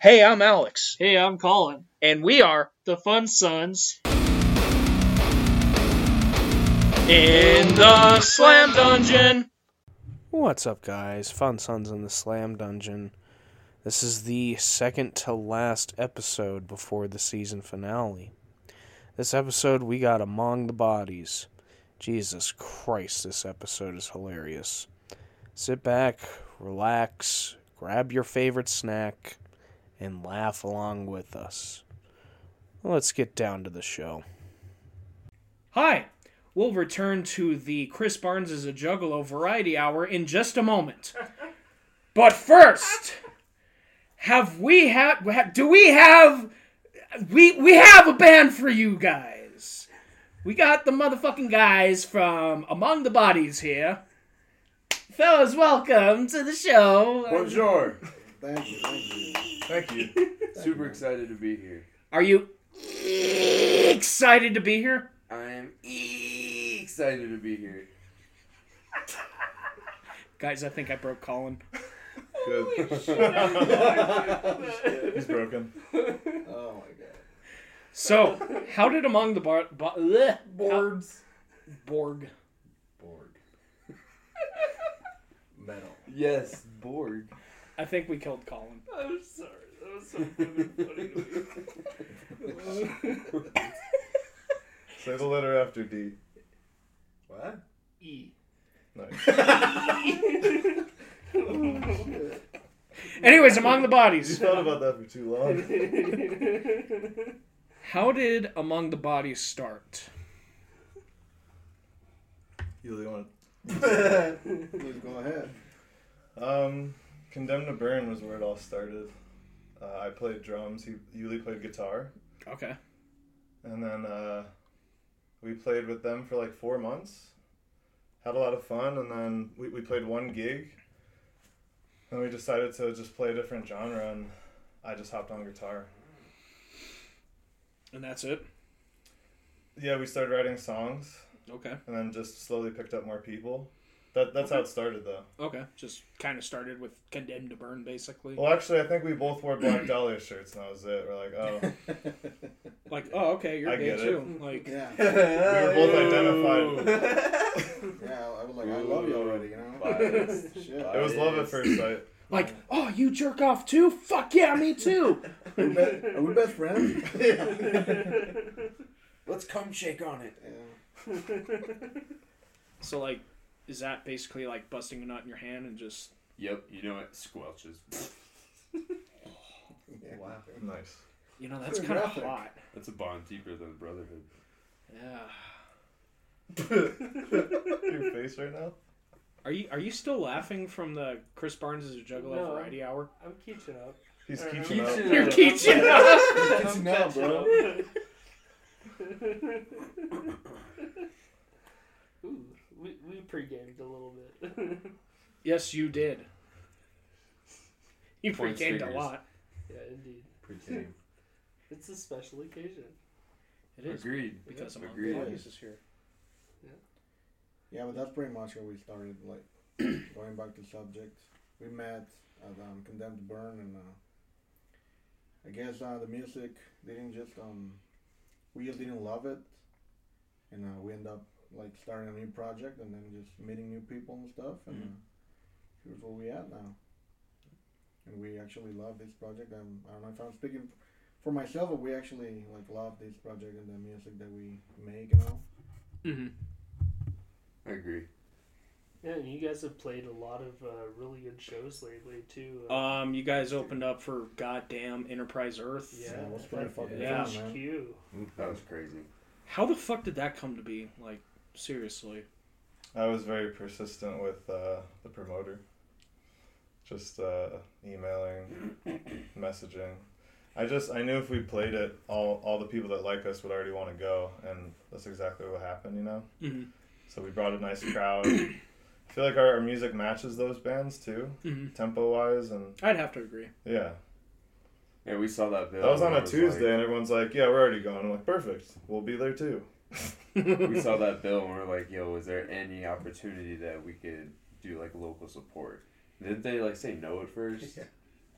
Hey, I'm Alex, Hey, I'm Colin. and we are The Fun Sons. in the Slam Dungeon. What's up, guys? Fun Sons in the Slam Dungeon. This is the second to last episode before the season finale. This episode, we got Among the Bodies. Jesus Christ, this episode is hilarious. Sit back, relax, grab your favorite snack, and laugh along with us. Let's get down to the show. Hi. We'll return to the Chris Barnes is a Juggalo Variety Hour in just a moment. But first, have we had? ha- Do we have? We we have a band for you guys. We got the motherfucking guys from Among the Bodies here. Fellas, welcome to the show. Bonjour. Thank you, thank you. Thank you. Super excited to be here. Are you excited to be here? I am e- excited to be here. Guys, I think I broke Colin. He's broken. Oh my god. So, how did Among the Bar- Bo- bleh, how- Borg. Borg. Metal. Yes, Borg. I think we killed Colin. I'm sorry. That was so good and funny to me. Say the letter after D. What? E. Anyways, Among the You Bodies. thought about that for too long. How did Among the Bodies start? You really want Please go ahead. Um, Condemned to Burn was where it all started. Uh, I played drums. He, Yuli played guitar, Okay. and then uh, we played with them for like four months. Had a lot of fun, and then we, we played one gig. And we decided to just play a different genre, and I just hopped on guitar. And that's it. Yeah, we started writing songs, Okay. and then just slowly picked up more people. That, that's how it started, though. Okay. Just kind of started with Condemned to Burn, basically. Well, actually, I think we both wore Black Dahlia shirts, and that was it. We're like, oh, Like, oh, okay, you're I gay get it. too. Like, Yeah. we we Yeah. were both identified. I was like, I love you already, you know. Biased. Shit. It was love at first sight. like, oh, you jerk off too? Fuck yeah, me too. Are we, best, are we best friends? Let's come shake on it. Yeah. so, like, is that basically like busting a nut in your hand and just Yep, you know it. Squelches. Wow. Nice. you know that's Pretty kind of graphic. hot. That's a bond deeper than brotherhood. Yeah. Your face right now. Are you are you still laughing from the Chris Barnes is a Juggalo No. variety hour? I'm keeching up. He's Alright. keeping up. You're keeching up. Keeching up, bro. catching up. Ooh, we, we pre-gamed a little bit. Yes, you did. You Points pre-gamed a fingers. lot. yeah, indeed. Pre-game. It's a special occasion. It is Agreed. because I'm Agreed. on is here. Yeah, but that's pretty much how we started, like, going back to subject. We met at um, Condemned to Burn, and uh, I guess uh, the music didn't just, um, we just didn't love it. And uh, we end up, like, starting a new project and then just meeting new people and stuff. And uh, here's where we at now. And we actually love this project. And I don't know if I'm speaking for myself, but we actually, like, love this project and the music that we make and all. Mm-hmm. I agree. Yeah, and you guys have played a lot of uh, really good shows lately too. Uh, Um, you guys opened up for goddamn Enterprise Earth. yeah, Yeah, it was pretty fucking Yeah. fun, man. HQ. That was crazy. How the fuck did that come to be? Like, seriously. I was very persistent with uh, the promoter. Just uh, emailing, messaging. I just I knew if we played it, all all the people that like us would already want to go, and that's exactly what happened. You know. Mm-hmm. Mhm. So we brought a nice crowd. I feel like our, our music matches those bands too, Mhm. tempo wise, and I'd have to agree. yeah. Yeah, we saw that bill. That was on and I a Tuesday, like- and everyone's like, "Yeah, we're already going." I'm like, "Perfect, we'll be there too." we saw that bill and we are like, yo, is there any opportunity that we could do like local support? Didn't they like say no at first?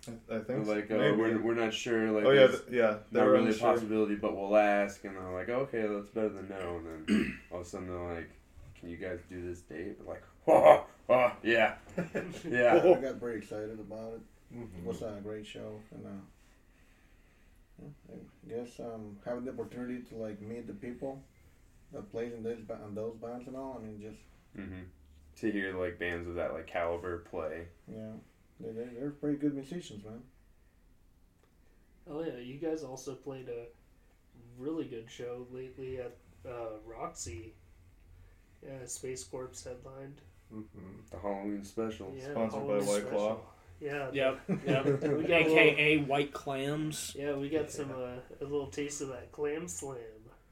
I, I think Like so. uh, Maybe. we're, we're not sure. Like oh yeah, there's th- yeah. not They're really a really sure. possibility, but we'll ask. And they're like, okay, that's better than no. And then all of a sudden they're like, can you guys do this date? We're like, oh, oh yeah, yeah. I got pretty excited about it. It was a great show, and uh, yeah, I guess um, having the opportunity to like meet the people that plays in this ba- and those bands and all. I mean, just hmm To hear like bands of that like caliber play. yeah, they they they're pretty good musicians, man. Oh yeah, you guys also played a really good show lately at uh, Roxy. Yeah, Space Corps headlined. The Halloween specials. Yeah, Sponsored by Halloween White Claw. Yeah. Yep. Yep. We got a little- AKA White Clams. yeah, we got some uh, a little taste of that clam slam.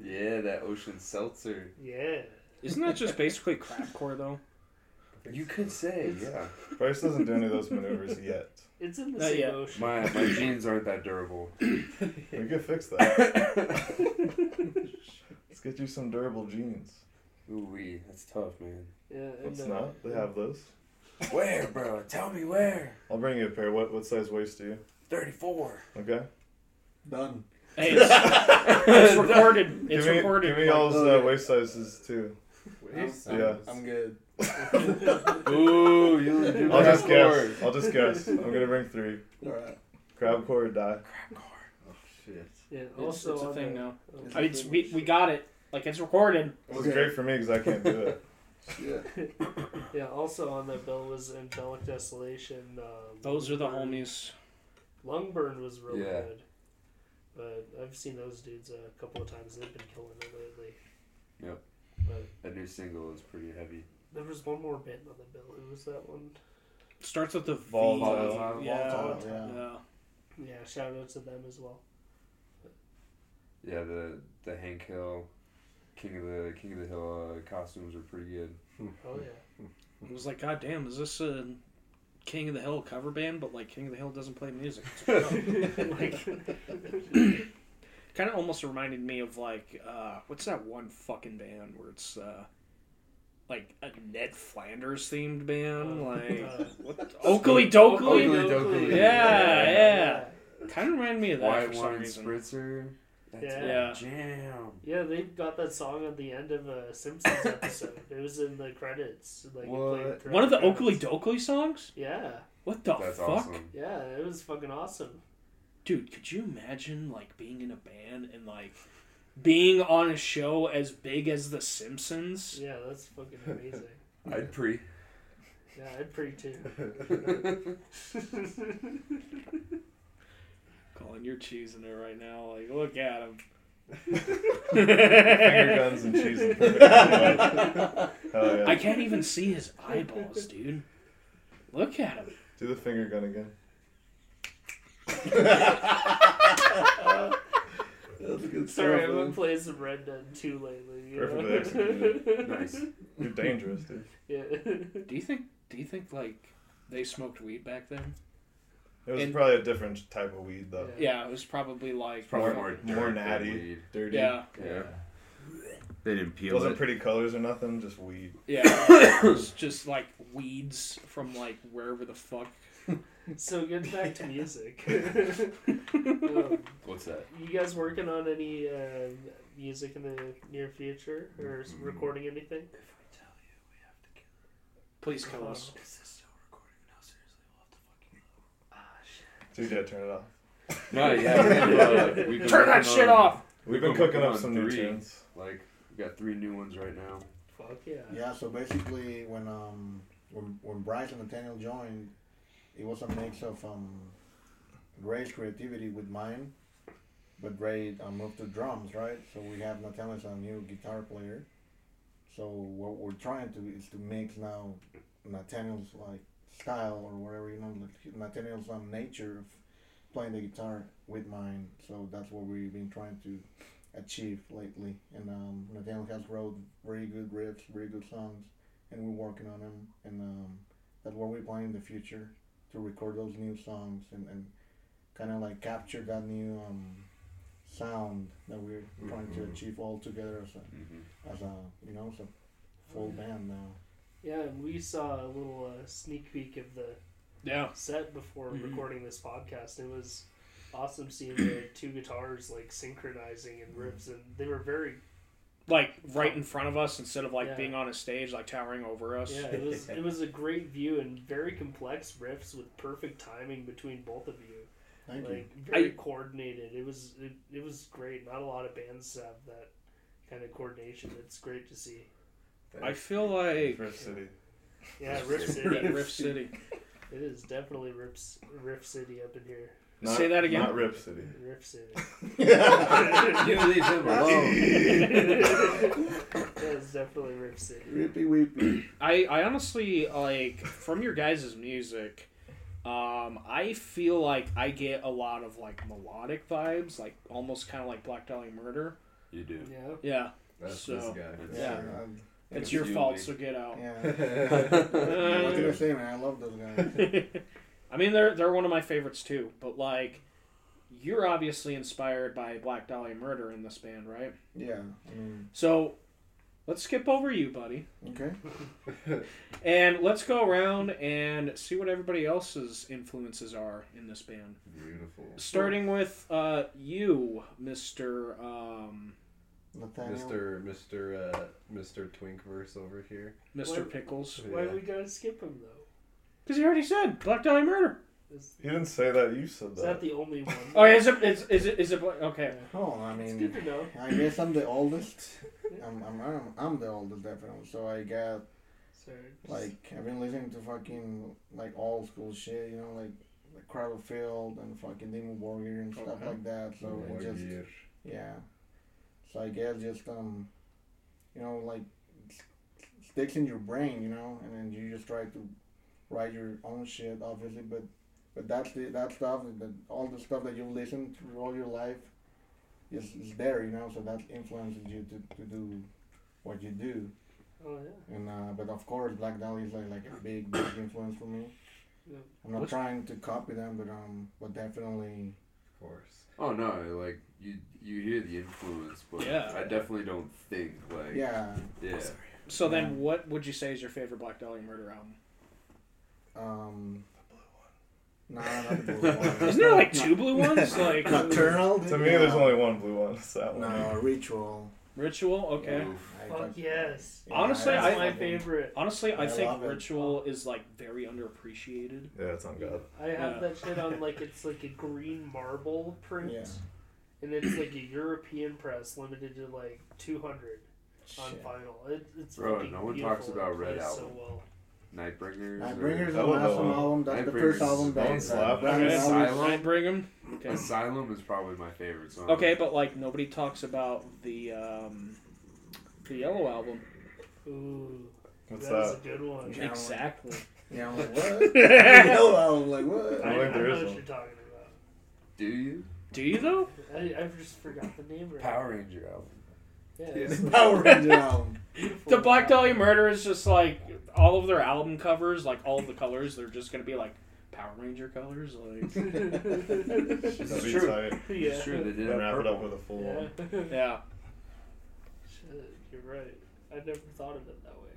Yeah, that ocean seltzer. Yeah. Isn't that just basically crapcore though? You could say, yeah. Bryce doesn't do any of those maneuvers yet. It's in the Not same yet. ocean. My my jeans aren't that durable. We could fix that. Let's get you some durable jeans. Ooh wee, that's tough, man. Yeah, and It's uh, not. They have those. Where, bro? Tell me where. I'll bring you a pair. What what size waist do you? Thirty-four. Okay. Done. Hey, it's, it's recorded. It's give me, recorded. Give me all Oh, uh, yeah. waist sizes too. Yeah. I'm good. Ooh, you do I'll that just guess. for- I'll just guess. I'm gonna bring three. All right. Crab core or die. Oh, Shit. yeah, It's- also it's a on thing the- now. on the I mean, it's, we, we got it. Like it's recorded. It was Okay. great for me because I can't do it. Yeah. Yeah, also on that bill was Angelic Desolation. Um, Those are the Lungburn. homies. Lungburn was really Yeah. good. But I've seen those dudes a couple of times. They've been killing it lately. Yep. But That new single is pretty heavy. there was one more band on the bill. Who was that one? Starts with the V. uh, Volatile. Yeah. Volatile, yeah. yeah. Yeah, shout out to them as well. Yeah, the the Hank Hill, King of the King of the Hill uh, costumes are pretty good. Oh yeah. It was like, God damn, is this a King of the Hill cover band? But like, King of the Hill doesn't play music. oh. like, kind of almost reminded me of like, uh, what's that one fucking band where it's uh, like a Ned Flanders themed band, Uh, like uh, what, Oakley Dokley. Oakley Dokley. Yeah, yeah. Kind of reminded me of that White for some wine reason. spritzer. That's Yeah. my Yeah. jam. Yeah, they got that song at the end of a Simpsons episode. It was in the credits. Like it What? played throughout One of the credits. Oakley Dokley songs? Yeah, What the That's fuck? awesome. yeah, it was fucking awesome. Dude, could you imagine like being in a band and like being on a show as big as The Simpsons? Yeah, that's fucking amazing. I'd pre. Yeah, I'd pretty too. Colin, you're cheesing it right now. Like, look at him. Finger guns and cheese. And perfect combo. Hell yeah. I can't even see his eyeballs, dude. Look at him. Do the finger gun again. Sorry, I've been playing some Red Dead 2 lately. You Perfectly know? executed. nice. You're dangerous, dude. yeah. Do you think? Do you think like they smoked weed back then? It was And- probably a different type of weed though. Yeah, it was probably like Probably More- more, dirt more than natty. weed. Dirty. yeah, Yeah. They didn't peel Wasn't it. pretty colors or nothing. Just weed. yeah. it was just like weeds from like wherever the fuck. So, getting back to music. um, What's that? you guys working on any uh, music in the near future or s recording anything? Please kill us. Dude, yeah, turn it off. No, yeah. we've, uh, we've been Turn that working Ah, shit on- off. We've been been cooking working up on some new three. tunes. Like we got three new ones right now. Fuck yeah. Yeah, so basically, when um when, when Bryce and Nathaniel joined, it was a mix of um Ray's creativity with mine, but Ray uh, moved to drums, right? So we have Nathaniel as a new guitar player. So what we're trying to is to mix now Nathaniel's like style or whatever you know, like Nathaniel's um, nature of playing the guitar with mine. So that's what we've been trying to achieve lately. And um, Nathaniel has wrote very good riffs, very good songs, and we're working on them. And um, that's what we plan in the future to record those new songs and, and kind of like capture that new um, sound that we're trying to Mhm. achieve all together as a, Mm-hmm. as a you know, as a full band now. Yeah, and we saw a little uh, sneak peek of the Yeah. set before recording this podcast. It was awesome seeing the two guitars like synchronizing and riffs, and they were very Like right in front of us instead of like Yeah. being on a stage, like towering over us. yeah. It was it was a great view and very complex riffs with perfect timing between both of you. Thank you. like very coordinated. It was it, it was great. Not a lot of bands have that kind of coordination. It's great to see. I feel like Rift City. Yeah, Rip City. Yeah, it Rift City. is definitely Rip's Rip City up in here. Not- Say that again. Not Rip City. Rip City. You leave him alone. That is definitely Rip City. Rippy weepy. I, I honestly like from your guys' music, um, I feel like I get a lot of like melodic vibes, like almost kind of like Black Dahlia Murder. You do. Yeah. Yeah, That's So- this guy. Yeah. Yeah. Oh. I'm- it's your You fault, leave. so get out. yeah. I was gonna Uh, say, man, I love those guys. I mean, they're they're one of my favorites too. But like, you're obviously inspired by Black Dahlia Murder in this band, right? Yeah. I mean, So, let's skip over you, buddy, okay. and let's go around and see what everybody else's influences are in this band. Beautiful. Starting with uh, you, Mister. Um, Nathaniel. Mr. Mr. Uh, Mr. Twinkverse over here. Mr. What? Pickles. Why Yeah. we gotta skip him though? Because you already said Black Dahlia Murder. Is, You didn't say that. You said is that. that the only one? Oh, is it? Is, is it? Is it? Bla- Okay. Oh, I It's good mean, to know. I guess I'm the oldest. I'm, I'm, I'm, I'm the oldest, definitely. So I got, Sorry. like, I've been listening to fucking, like, old school shit, you know, like, like Cradle Field and fucking Demon Warrior and stuff Okay. like that. So it just, Warrior. yeah. So I guess just, um, you know, like, s- sticks in your brain, you know, and then you just try to write your own shit, obviously, but. But that's the, that stuff, that all the stuff that you've listened through all your life, is, is there, you know. So that influences you to, to do what you do. Oh yeah. And uh, but of course, Black Dahlia is like, like a big big influence for me. Yeah. I'm not What's- trying to copy them, but um, but definitely Of course. Oh no, like you you hear the influence, but Yeah. I definitely don't think like yeah. yeah. So then, what would you say is your favorite Black Dahlia Murder album? Um, nah, not the blue one. Isn't there like two blue ones? Like Nocturnal? to me, there's only one blue one. It's that one. no ritual. Ritual. Okay. Oof. I Fuck fuck- yes. yeah, Honestly, That's I- my fucking- favorite. Honestly, I, I think love it. Ritual is like very underappreciated. Yeah, it's on God. I have Yeah. that shit on like it's like a green marble print, Yeah. and it's like a European press limited to like 200 on Shit. vinyl. It, it's Bro, fucking no one beautiful. talks about It Red plays Album. So well. Nightbringers. Nightbringers is an Oh, awesome no. album. That's the Nightbringers first is album Bone that Slap. that Black Okay. Dahlia- Asylum. Night Brigham. Okay. Asylum is probably my favorite song. Okay, but like nobody talks about the um, the Yellow album. Ooh, What's that is that? a good one. Yeah. Exactly. Yeah, I'm like what? Hell, I was like what? I I, think I there know is what one. you're talking do you Do you though? about. I, I just forgot the name. Right Power Ranger album? Yeah, it's Power Ranger album. beautiful. The Black Dahlia Murder is just like all of their album covers, like all of the colors, they're just gonna be like Power Ranger colors. Like, That'd This is be true. tight. This yeah. is true. They did And have wrap it up purple. with a full Yeah. one. yeah. Shit, you're right. I never thought of it that way.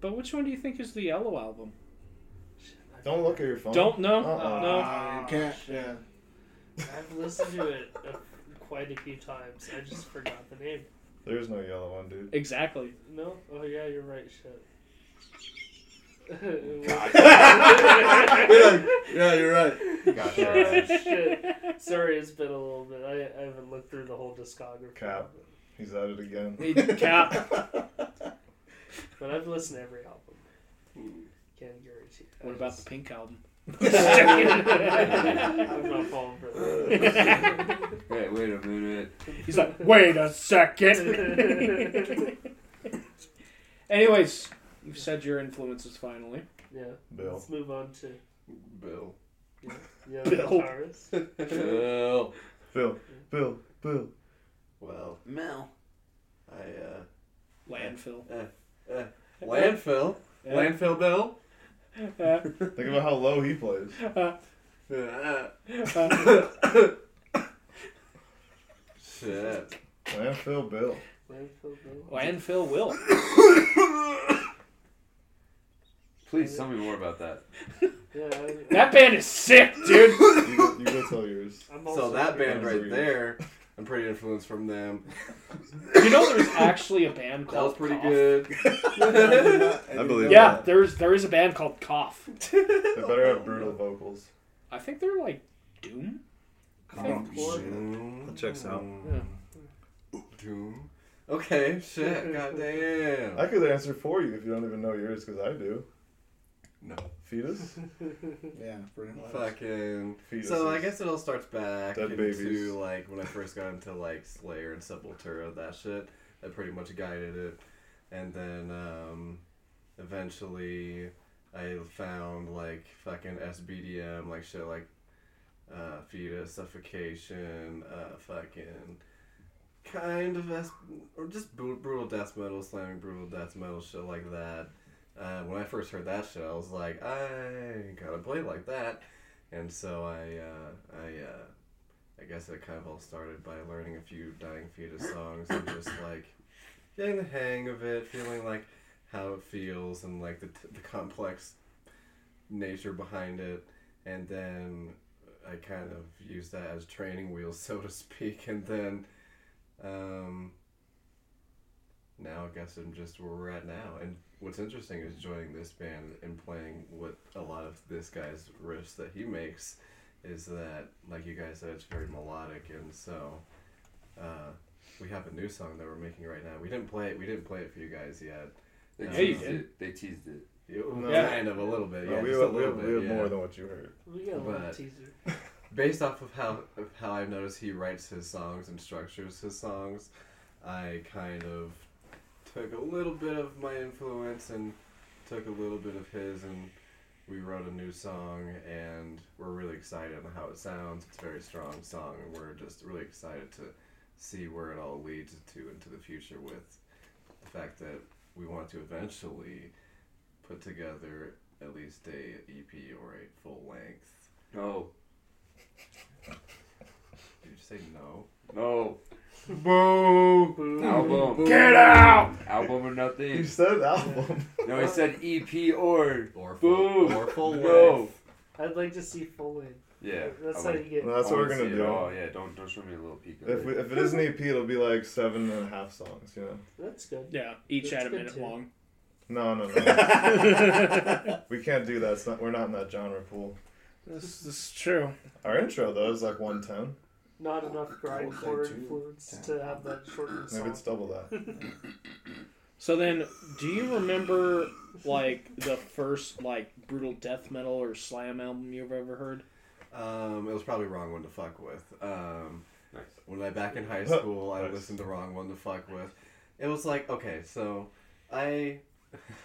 But which one do you think is the Yellow album? Shit, I- Don't look at your phone. Don't know. Uh-uh. No. Uh, you can't. Yeah. I've listened to it uh, quite a few times. I just forgot the name. There's no yellow one, dude. Exactly. No? Oh, yeah, you're right. Shit. Yeah, you're right. Got your ass. Shit. Sorry, it's been a little bit. I, I haven't looked through the whole discography. Cap. He's at it again. Hey, Cap, But I've listened to every album. Can't guarantee. I what about the just- Pink album? I'm not falling for that. Hey, wait a minute. He's like, wait a second. Anyways, you've said your influences finally. yeah. Bill. Let's move on to Bill. yeah, Bill. guitarist. Bill. Bill. Bill. Bill. Well, Mel. I Landfill. uh, uh landfill. Landfill Bill. Uh, Think about how low he plays. Uh, Shit. Landfill Bill. Landfill Bill. landfill will. Please tell me more about that. Yeah, I, That band is sick, dude. You, go- you go tell yours. I'm So also that band Those are right yours. there, I'm pretty influenced from them. You know, there's actually a band That was called pretty Cough. good. I believe Yeah, there's there is a band called Cough. They better have brutal vocals. I think they're like Doom. I think. Doom. checks out. Yeah. Doom. Okay, shit, goddamn. I could answer for you if you don't even know yours, because I do. No. Fetus? Yeah, pretty much. Fucking. Fetuses. So I guess it all starts back Dead into babies. like when I first got into like Slayer and Sepultura, that shit. That pretty much guided it, and then um, eventually I found like fucking SBDM, like shit like uh, fetus suffocation, uh, fucking kind of S- or just bru- brutal death metal, slamming brutal death metal, shit like that. Uh, when I first heard that shit, I was like, I gotta play like that. And so I, uh, I, uh, I guess it kind of all started by learning a few Dying Fetus songs and just like getting the hang of it, feeling like how it feels and like the, t- the complex nature behind it. And then I kind of used that as training wheels, so to speak. And then um, now I guess I'm just where we're at now. And what's interesting is joining this band and playing with a lot of this guy's riffs that he makes is that, like you guys said, it's very melodic, and so uh, we have a new song that we're making right now. We didn't play it. We didn't play it for you guys yet. They Yeah, you teased did. it. They teased it. You- No. Kind of a little bit. No, yeah, we just have, a we little have, bit. we have yeah. more than what you heard. we got a little But- teaser. based off of how of how I've noticed he writes his songs and structures his songs, I kind of took a little bit of my influence and took a little bit of his and we wrote a new song and we're really excited on how it sounds. It's a very strong song and we're just really excited to see where it all leads to into the future with the fact that we want to eventually put together at least a EP or a full length. No. Did you say no? No. Boo. Album. Get out. Album or You nothing. said album. No, he said EP or. Or full, Boo. or full No. length. I'd like to see full in. Yeah. That's I'm how like, you get. No, that's I what we're wanna gonna see it do. all. Yeah, don't don't show me a little peek of If, it. we, if it is an EP, it'll be like seven and a half songs, you know? That's good. Yeah, each That's at a good minute too. long. No, no, no. we can't do that. It's not, we're not in that genre pool. This, this is true. Our intro, though, is like 110. Not enough would grindcore say two. influence to have that shortened Maybe song. it's double that. So then, do you remember like the first like brutal death metal or slam album you've ever heard? Um, it was probably wrong one to fuck with. Um, Nice. when I back in high school, I Nice. listened to wrong one to fuck with. It was like okay, so I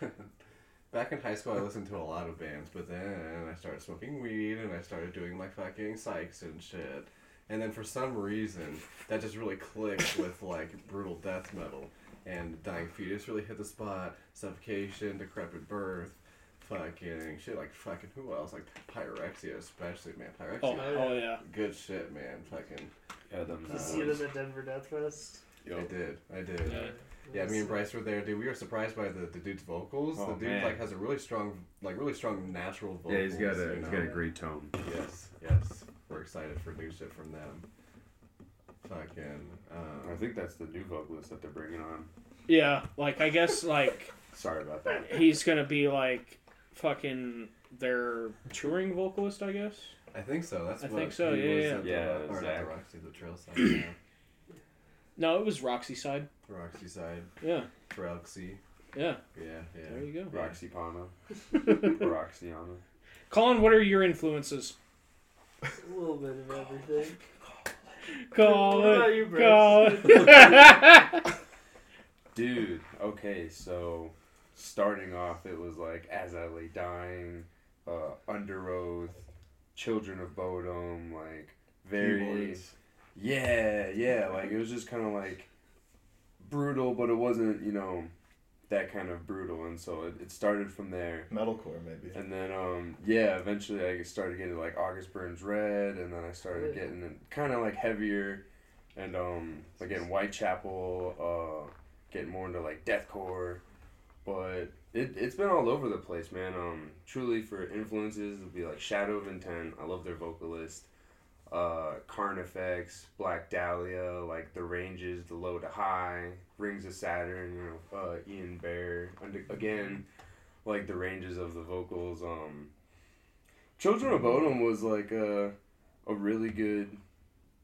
back in high school I listened to a lot of bands, but then I started smoking weed and I started doing like fucking psychs and shit. And then for some reason, that just really clicked with like brutal death metal and dying fetus really hit the spot. Suffocation, decrepit birth, fucking shit like fucking who else like pyrexia especially man pyrexia. Oh, oh yeah. Good shit, man. Fucking. Yeah, them. Did you see them at Denver Death Fest? I did. I did. Yeah. Yeah. me and Bryce were there, dude. We were surprised by the, the dude's vocals. Oh, the dude man. like has a really strong, like really strong natural vocals. Yeah, he's got a you he's know? got a great tone. Yes, yes. We're excited for new shit from them. Fucking. I Um, think that's the new vocalist that they're bringing on. Yeah, like I guess like Sorry about that. he's gonna be like fucking their touring vocalist, I guess. I think so. That's I what think so, he was yeah, at yeah. The, Yeah, or not the Zach. Roxy, the Trail side. yeah. No, it was Roxy Side. Roxy side, Yeah, Roxy. yeah. Yeah, yeah. There you go. Roxy Pano. Roxiana. Colin, what are your influences? A little bit of everything. What Colin, about you, Bryce? Colin. Dude, okay, so starting off, it was like As I Lay Dying, uh, Under Oath, Children of Bodom, like very. Keyboards. Yeah, yeah, like it was just kind of like brutal, but it wasn't, you know, that kind of brutal. And so it, it started from there. Metalcore, maybe. And then, um, yeah, eventually I started getting like August Burns Red, and then I started Yeah. getting kind of like heavier, and um, like getting Whitechapel, uh, getting more into like deathcore, but It, it's been all over the place, man. Um, truly for influences, it'd be like Shadow of Intent. I love their vocalist. Uh, Carnifex, Black Dahlia, like the ranges, the low to high, Rings of Saturn. You know, uh, Ian Bear. Und- again, like the ranges of the vocals. Um, Children of Bodom was like a, a really good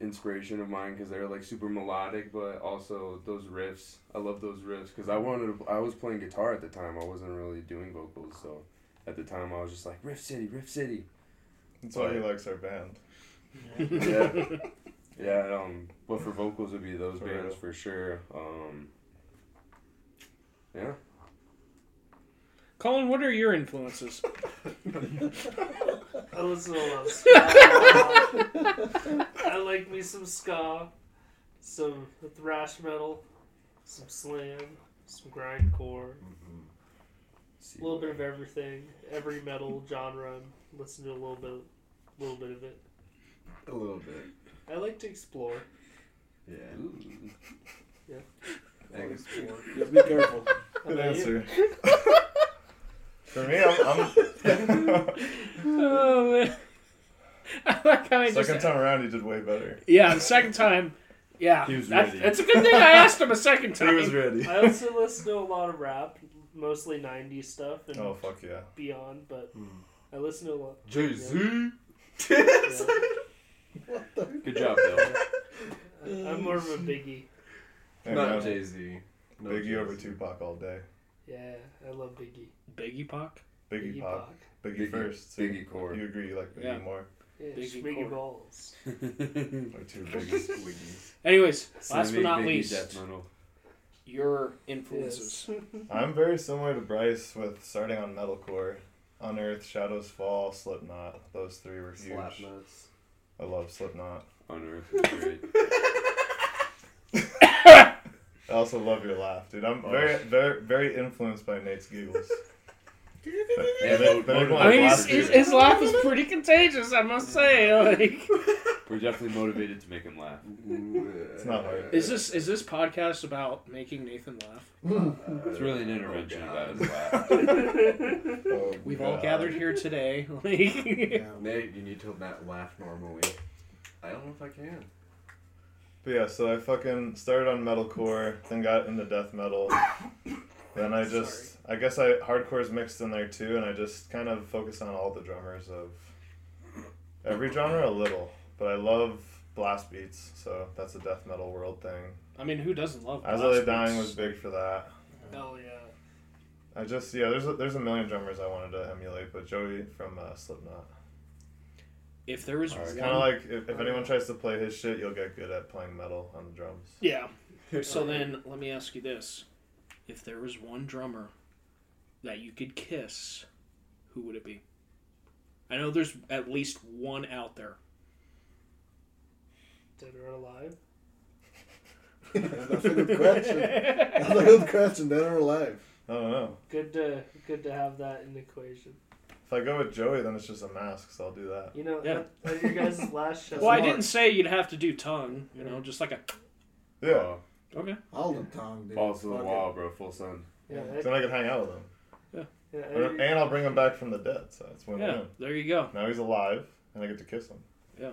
inspiration of mine because they're like super melodic, but also those riffs. I love those riffs because I wanted to. I was playing guitar at the time. I wasn't really doing vocals, so at the time I was just like riff city, riff city. That's why he likes our band. yeah, yeah. Um, but for vocals, would be those For bands real. for sure. Um, yeah. Colin, what are your influences? I listen to a lot of ska. I like me some ska, some thrash metal, some slam, some grindcore, a little bit of everything, every metal genre. I Listen to a little bit, little bit of it. A little bit. I like to explore. Yeah. Ooh. Thanks. Just be careful. How Good about you? answer. For me, I'm, I'm oh, man. I like how I second just, time around. He did way better. yeah, the second time. Yeah, He was that- ready. that's a good thing I asked him a second time. ready. I also listen to a lot of rap, mostly '90s stuff and Oh fuck yeah! beyond. But Hmm. I listen to a lot. Jay Z. Yeah. Good job, Bill. I'm more of a biggie. Hey, Not man, Jay Z. No Biggie over Jay-Z. Tupac all day. Yeah, I love Biggie. Biggie Pac. Biggie, Pop. Pac. Biggie, Biggie- first. so Biggie core. You agree you like Biggie Yeah. more? Yeah, Biggie Biggie Core. Balls. Or two Biggies? Anyways, So last but big, not biggie least, death metal. your influences. I'm very similar to Bryce with starting on metalcore. Unearth, Shadows Fall, Slipknot. Those three were huge. Slap nuts. I love Slipknot. On Earth is great. I also love your laugh, dude. I'm Oh, very, very, very influenced by Nate's giggles. Yeah, they- they motivated want I mean, Like his, last his, year. his laugh is pretty contagious, I must say. Like, We're definitely motivated to make him laugh. It's not hard. is this is this podcast about making Nathan laugh? It's really an intervention Uh, oh God. about his laugh. Oh, We've all God. gathered here today. Like, Yeah. Nate, you need to not laugh normally. I don't know if I can. But yeah, so I fucking started on metalcore, then got into death metal. Then I just, I guess I hardcore's mixed in there too, and I just kind of focus on all the drummers of every genre a little. But I love blast beats, so that's a death metal world thing. I mean, who doesn't love? As I blast Lay Dying beats? was big for that. Hell yeah. I just yeah, there's a, there's a million drummers I wanted to emulate, but Joey from uh, Slipknot. If there was It's one, kind of like if, if anyone tries to play his shit, you'll get good at playing metal on the drums. yeah. So then, let me ask you this: If there was one drummer that you could kiss, who would it be? I know there's at least one out there. Dead or alive? That's a good question. That's a good question. Dead or alive? I don't know. Good to good to have that in the equation. If I go with Joey, then it's just a mask, so I'll do that. You know, Yeah. at, at your guys' last show. well, I didn't say you'd have to do tongue. You know, just like a Oh. Yeah. okay. All the tongue, dude. Balls to the Fuck it. wall, bro. Full sun. Yeah, Then I could hang out with him, I, yeah, I, and, and I'll bring him back from the dead. So it's win-win. Yeah, there you go. Now he's alive, and I get to kiss him. yeah.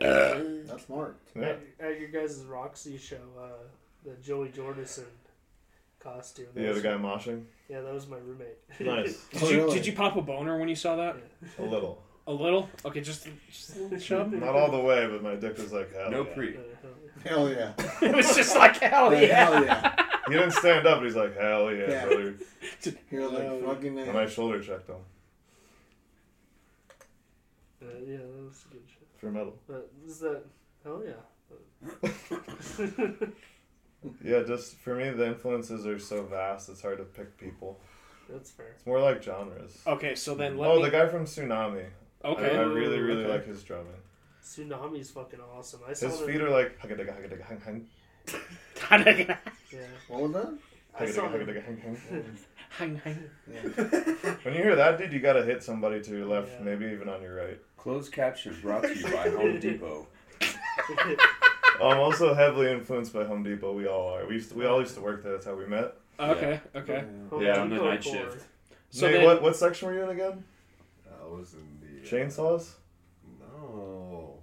That's smart. Yeah. At, at your guys' Roxy show, uh, the Joey Jordison costume. that The other was- guy moshing. Yeah, that was my roommate. Nice. Did Oh, you really? did you pop a boner when you saw that? a little. A little? Okay, just, just a little chub. Not all the way, but my dick was like hell. No yeah. Uh, pre. Hell yeah. it was just like hell Like, yeah. Hell yeah. He didn't stand up, but he's like hell yeah, Yeah. brother. You're like Hell yeah. fucking. And I shoulder checked him Uh, yeah, that was a good show. for metal. But was that? Hell yeah. Yeah, just for me, the influences are so vast. It's hard to pick people. That's fair. It's more like genres. Okay, so then let oh, me. the guy from Tsunami. okay. I, I really, really Okay. like his drumming. Tsunami's fucking awesome. I saw His them- feet are like hugga digga hugga digga hang hang Yeah. What was that? I hugga saw digga them- hugga digga hang hang. hang, hang. Yeah. When you hear that, dude, you gotta hit somebody to your left, Yeah. maybe even on your right. Closed caption brought to you by Home Depot. Oh, I'm also heavily influenced by Home Depot. We all are. We used to, we all used to work there. That's how we met. Okay, okay. Yeah. Home Yeah, I'm Depot the night cord. shift. So Nate, then- what what section were you in again? I was in the uh, Chainsaws, No.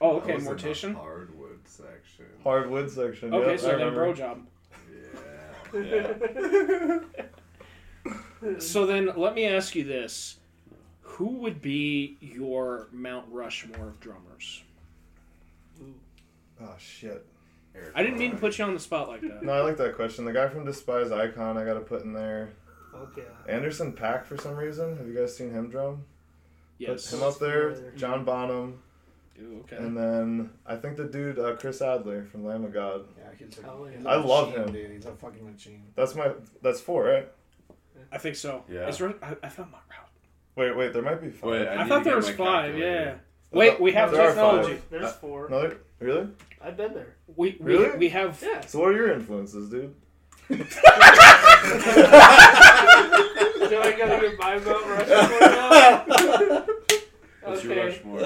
Oh, I okay, was in the mortician. hardwood section. hardwood section. Okay, yep, I so then remember. bro job. Yeah. So then let me ask you this. Who would be your Mount Rushmore of drummers? Oh shit. Eric I didn't mean to Klein. put you on the spot like that. No, I like that question. The guy from Despise Icon, I gotta put in there. Okay. Anderson Pack for some reason. Have you guys seen him drum? Yes. Put him up there. Familiar. John Bonham, Ooh, okay. and then I think the dude uh, Chris Adler from Lamb of God. Yeah, he's a, Oh, yeah. he's a I love machine, him. Dude. He's a fucking machine. That's my. That's four, right? I think so. Yeah. Is there- I, I found my route. Wait, wait. There might be five. Wait, I, need thought to there get was my five, yeah. calculator. Wait, we have There are five. technology. uh, There's four. No, there- really? I've been there. We, we, Really? we have Yeah. So what are your influences, dude? Do I gotta get my Mount Rushmore now? What's your okay. Rushmore?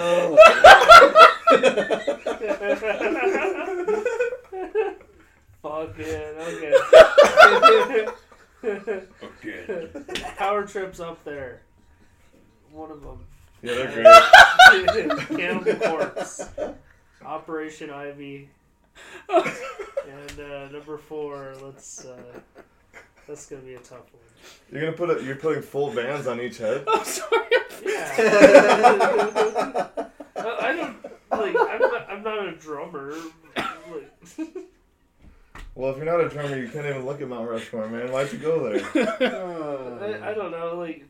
Fuck it. Okay. Oh, Okay. Power trips up there. One of them. Yeah, they're great. Cannibal Corpse, Operation Ivy, and uh, number four. Let's. Uh, that's gonna be a tough one. You're gonna put a, you're putting full bands on each head. I'm sorry. Yeah. I I don't like. I'm not, I'm not a drummer. Like, Well, if you're not a drummer, you can't even look at Mount Rushmore, man. Why'd you go there? I, I don't know. Like.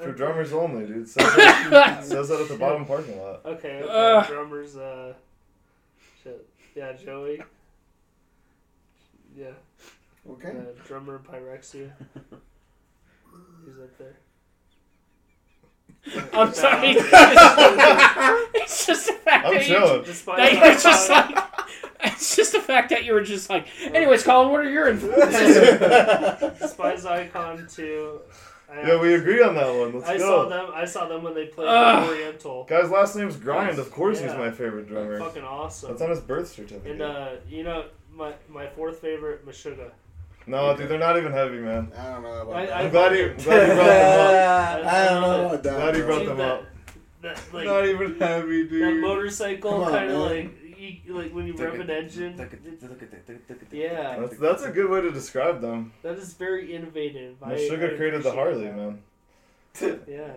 For drummers only, dude. Says that, says that at the bottom parking lot. Okay. okay Ugh. drummers. Uh. Shit. Yeah, Joey. Yeah. Okay. Uh, drummer of Pyrexia. He's up there. I'm sorry. Nah, it's just the fact I'm that you chilling. Despite that you my were just talent, like it's just the fact that you were just like anyways colin what are your influences Despise Icon too. I, Yeah, we agree on that one. Let's I go. saw them. I saw them when they played Ugh. Oriental. Guy's last name's Grind. Of course, he's Yeah. my favorite drummer. Fucking awesome. That's on his birth and certificate. uh, you know my my fourth favorite, Meshuggah. no, dude, they're not even heavy, man. I don't know about I- that. I'm I- glad you, I'm glad you brought them up. I don't know about that. Glad you bro. brought them that, up. that like Not even heavy, that dude. motorcycle Come on, kind of man. like you, like when you rev an engine. it- Yeah, That's, that's a good way to describe them. that is very innovative. I- Meshuggah I created the Harley, appreciate man. that. Yeah.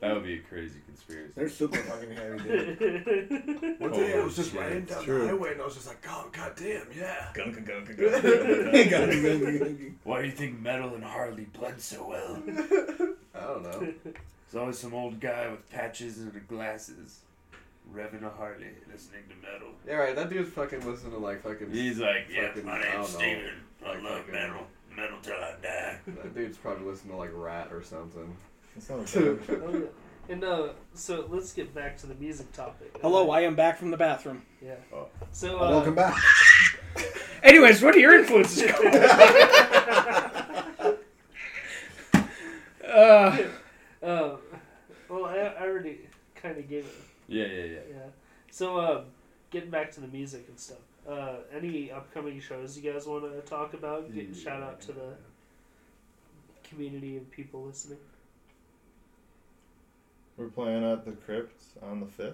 That would be a crazy conspiracy. They're super fucking heavy, dude. That's One Oh, day I was just shit, riding it's down true. the highway and I was just like, oh, goddamn, yeah. Gunka, gunka, Why do you think metal and Harley blend so well? I don't know. There's always some old guy with patches and glasses, revving a Harley, listening to metal. Yeah, right. That dude's fucking listening to like fucking. He's like, yeah, Fucking- my I don't name's know. Steven. I Like love fucking- metal. Metal till I die. That dude's probably listening to like Rat or something. gunka. Oh, yeah. And uh, so let's get back to the music topic. hello i am back from the bathroom Yeah. Oh. So uh, Welcome back. anyways what are your influences Colin? uh, Um, well, I, I already kind of gave it. Yeah, yeah, yeah. Yeah. So um, getting back to the music and stuff. Uh, any upcoming shows you guys want to talk about? Get, Shout out to the community and people listening. We're playing at the Crypt on the 5th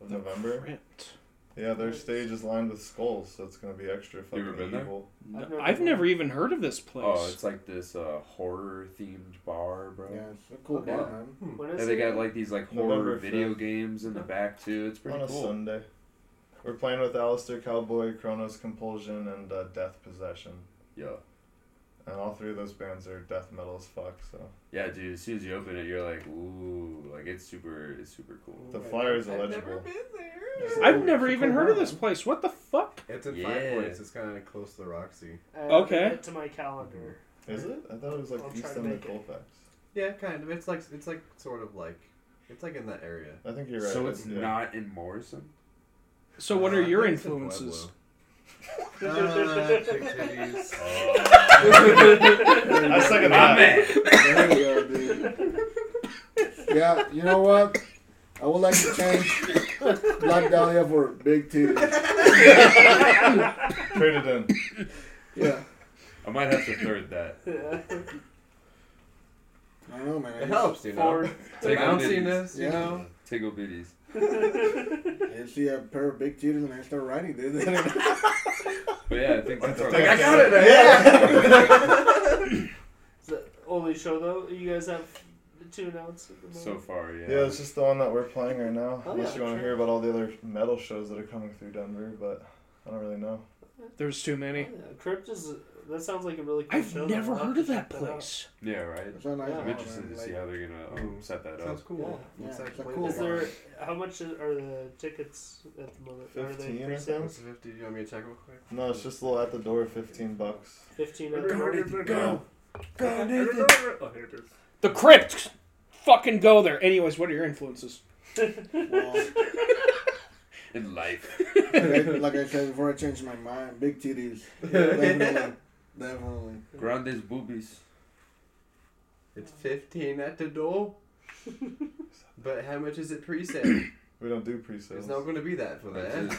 of November. Ripped. Yeah, their stage is lined with skulls, so it's gonna be extra fucking ever been there? evil. I've never i've been. never even heard of this place Oh, it's like this uh, horror themed bar, bro. Yeah, it's a cool Okay. bar, man. When And is they it? got like these like November horror fifth. video games in the back too. It's pretty on a cool. Sunday. We're playing with Alistair Cowboy, Chronos Compulsion, and uh, Death Possession. Yeah. And all three of those bands are death metal as fuck, so. Yeah, dude. As soon as you open it, you're like, ooh, like it's super, it's super cool. The flyer is illegible. there. i've never even heard of this place what the fuck It's in Yeah. Five Points. It's kind of close to the Roxy. I haven't Okay. added To my calendar. Is it? I thought it was like I'll try East to End of make it. Colfax. Yeah, kind of. It's like it's like sort of like it's like in that area. I think you're right. So it's yeah. not in Morrison. so what Uh, are I your think it's in influences Pueblo. Uh, chick titties. Oh. I second My that. man. There we go, dude. Yeah, you know what? I would like to change Black Dahlia for Big Titty. Trade it in. Yeah. I might have to third that. I don't know, man. I It just- helps, you know. Ford. The Tickle bounciness, you Yeah. know. Tickle bitties. I just see a pair of big titties and I start writing, dude. But yeah, I think that's all I right. got it. Yeah. Is that only show though? You guys have the two announced at the moment. So far, yeah. Yeah, it's just the one that we're playing right now. Oh, Unless yeah, you want to sure. hear about all the other metal shows that are coming through Denver, but I don't really know. There's too many. Yeah, Crypt is. That sounds like a really cool I've show. never I'll have heard to of that check out. place. yeah, Oh, right. It's not nice. Yeah. I'm man. interested to Like, see how they're gonna um, set that Sounds up. cool. Yeah, Looks like it's a way cool Is to there watch. how much are the tickets at the moment? are they 15 or pre-sale? What's the 50? You want me to check real quick? No, it's just a little at the door, fifteen bucks. Fifteen. Go, Nathan, go. Go, Nathan. Oh, here it is. The crypt. Fucking go there. Anyways, what are your influences? well, In life. like, I- like I said before, I changed my mind. Big titties. Definitely. Definitely. Grandes boobies. It's 15 at the door. but how much is it pre-sale? We don't do pre-sales. It's not going to be that for That's that. it.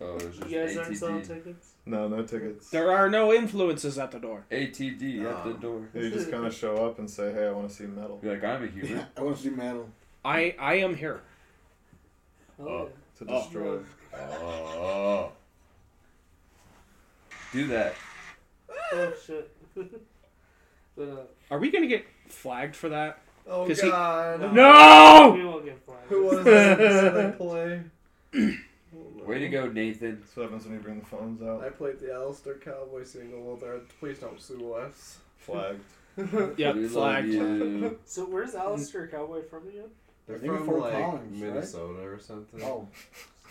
Oh, it's just You guys aren't selling ATD. tickets. No, no tickets. There are no influences at the door. ATD at the Oh. door. They just kind of show up and say, "Hey, I want to see metal." Be like, I'm a human. I want to see metal. I I am here. Oh, Oh. To destroy. oh. Do that. yeah. oh shit. but, uh, Are we gonna get flagged for that? Oh, 'Cause he- God. No. we won't get flagged. Who was that? that I play? Way to go, Nathan. That's what happens when you bring the phones I out. played the Alistair Cowboy single. Well, there. Please don't sue us. Flagged. Yep, we flagged. Love you. So where's Alistair Cowboy from again? They're I think from Fort like Collins, right? Minnesota or something. Oh.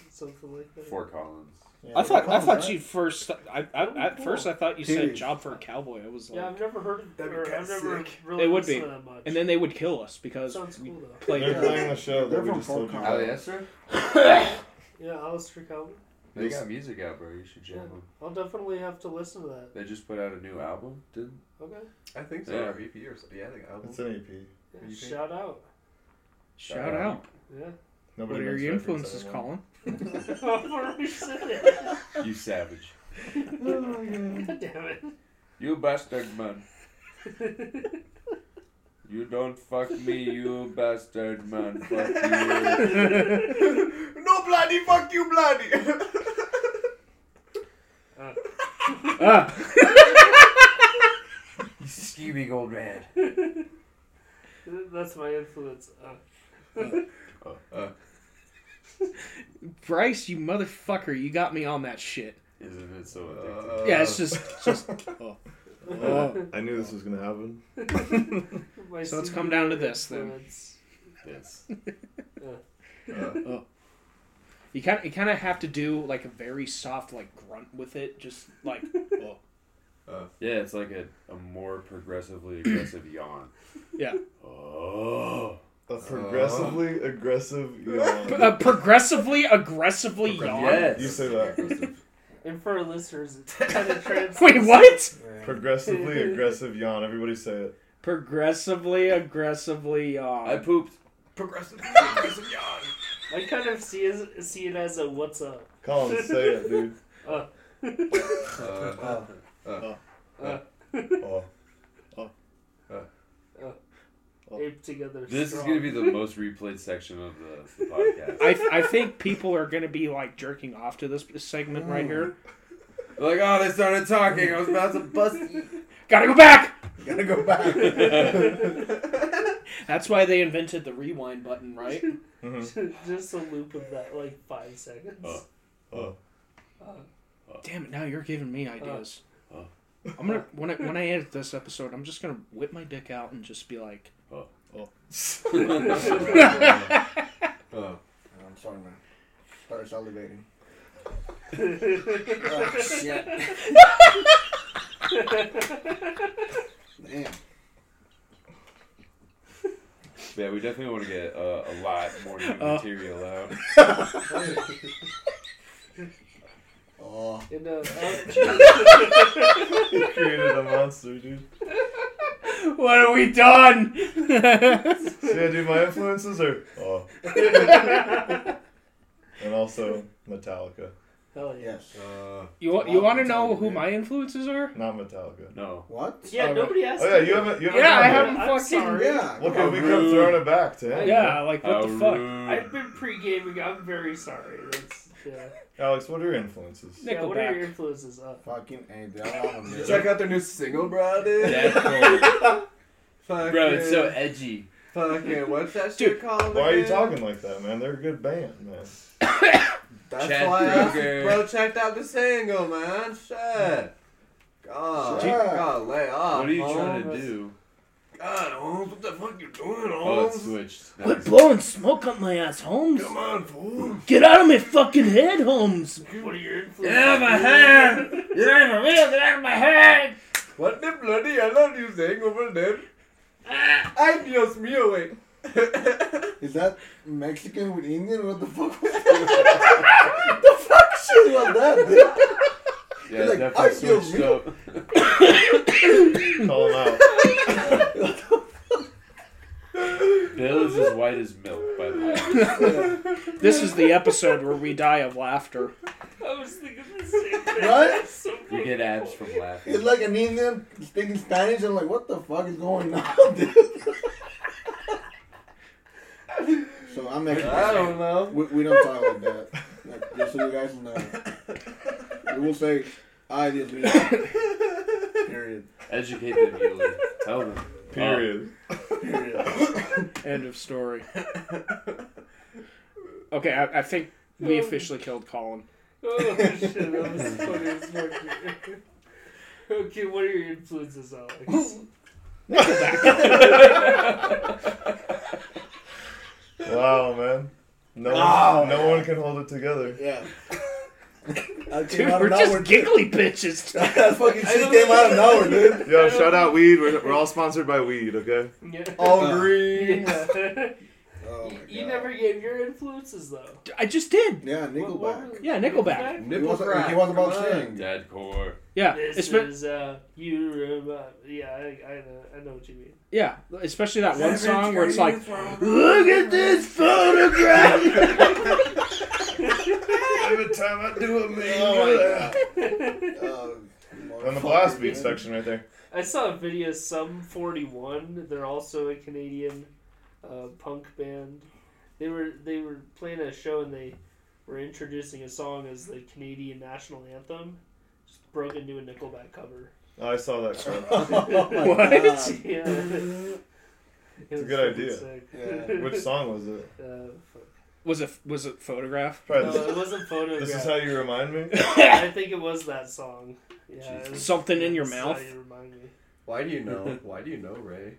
Something like that. Fort Collins. Yeah, I thought I Collins, thought right? you first. I, I at first I thought you said Dude. job for a cowboy. I was Yeah, like, I've never heard of That'd be or kinda I've never sick. really It would listened be. to that much. and then they would kill us because sounds we cool though. played. uh, They're playing the show They're that we from just told you. Fort Oh, about. Aliester? Yeah, Alistair Cowboy. They got music out, bro. You should jam Yeah. 'em. I'll definitely have to listen to that. They just put out a new album, didn't? Okay. I think so. Yeah. Or EP or something. Oh, Yeah, I think album. It's an E EP. Yeah, You think? shout out. Shout out. Yeah. Nobody What are makes your records influences, anymore. Colin? What are we saying? You savage. Oh, God damn it. You bastard, man. You don't fuck me, you bastard, man. Fuck you. no bloody fuck you bloody. You scheming old man. That's my influence. Uh, Bryce, you motherfucker, you got me on that shit. Isn't it so addictive? Uh, yeah, it's just just. oh. Oh. I knew this was gonna happen. my So let's senior come down to this, then. influence. Yes. You kind you kind of have to do like a very soft like grunt with it, just like oh. Yeah, it's like a, a more progressively aggressive yawn. yeah, Oh. A progressively aggressive. yawn. a uh, progressively aggressively yawn. Yes. You say that. And for our listeners, it kind of trans. Wait, what? Yeah. Progressively aggressive yawn. Everybody say it. Progressively aggressively yawn. I pooped. Progressive. progressive yawn. I kind of see it, see it as a what's up. Colin, say it, dude. Uh, Oh. Oh. Ape together. This is strong. going to be the most replayed section of the, the podcast. I, I think people are going to be like jerking off to this segment right here. like, oh, they started talking. I was about to bust. Gotta go back! Gotta go back. That's why they invented the rewind button, right? Just a loop of that, like five seconds. Uh. Oh. Damn it, now you're giving me ideas. I'm gonna when I when I edit this episode, I'm just gonna whip my dick out and just be like, oh. I'm sorry, man. Start salivating. Damn. Yeah, we definitely want to get uh, a lot more new Oh. material out. Oh. And, uh, You created a monster, dude. "What have we done?" Yeah, dude, my influences are. Oh. and also Metallica. Hell yeah. Yes. Uh, You wa- you want to know who my influences are? Not Metallica. No. What? Yeah, Alright. nobody asked. Oh yeah, me. you haven't. You haven't Yeah, I done that. haven't I'm fucking. sorry. Yeah. Look How at we come Oh, rude. throwing it back to him. Yeah, like what How the fuck? rude. I've been pre-gaming. I'm very sorry. That's, yeah. Alex, what are your influences? yeah. What are Nickelback. your influences? Uh, Fucking A. They all have them. check out their new single, bro, dude. That's Fucking, Bro, it's so edgy. fucking. What's that shit called? Why are you again? talking like that, man? They're a good band, man. That's Chad why I asked, Kroeger. bro, checked out the single, man. Shit. God, Shit. God, lay off. What are you Holmes. trying to do? God, Holmes, what the fuck you doing, Oh, it Holmes? switched. Quit Nice. blowing smoke up my ass, Holmes. Come on, fool. Get out of my fucking head, Holmes. what are your influences? Get out of my head. Get out of my head. Get out of my head. What the bloody hell are you saying over there? I just me away. Is that Mexican with Indian? What the fuck was the fuck shit? that? Yeah, Like, it I definitely feel switched up. Call him out. Bill is as white as milk, by the way. This is the episode where we die of laughter. I was thinking the same thing. Right? That's so You cool. get abs from It's laughing. like an Indian speaking Spanish. I'm like, what the fuck is going on, dude? so I'm I actually. don't know. We, we don't talk like that. Like, just so you guys know. We will say, I just mean. Period. Educate them, Yuli. Tell them. Period. Period. End of story. Okay, I, I think we officially killed Colin. Oh shit, that was funny as fuck. dude. Okay, what are your influences, Alex? Oh. Wow, man. No, Wow. one, no one can hold it together. Yeah. I came Dude, out we're of just nowhere. giggly bitches. that fucking shit came out of nowhere, dude. Yo, shout out weed. We're, we're all sponsored by weed, okay? Yeah. All green. Yeah. Oh my You- you God. never gave your influences though. I just did. Yeah, What- Nickelback. what- Yeah, Nickelback. He Nipple was, crack. he was about come on. saying. Dad core. Yeah, This it's been- is uh, you. Remember, yeah, I, I know, I know what you mean. yeah, especially that one Seven song where it's like, trees from- "Look at this photograph." Every time I do it, man. Oh Uh, On the blast beat section right there. I saw a video. Some Forty One. They're also a Canadian uh, punk band. They were they were playing a show and they were introducing a song as the Canadian national anthem. Just broke into a Nickelback cover. Oh, I saw that clip. oh my What? God. Yeah, it a was good fucking idea. sick. Yeah. Which song was it? Uh, fuck. was it was it photograph? Probably no, this, it wasn't photograph. this is how you remind me? I think it was that song. Yeah, it was- Something in your that's mouth. how you remind me. Why do you know? Why do you know, Ray?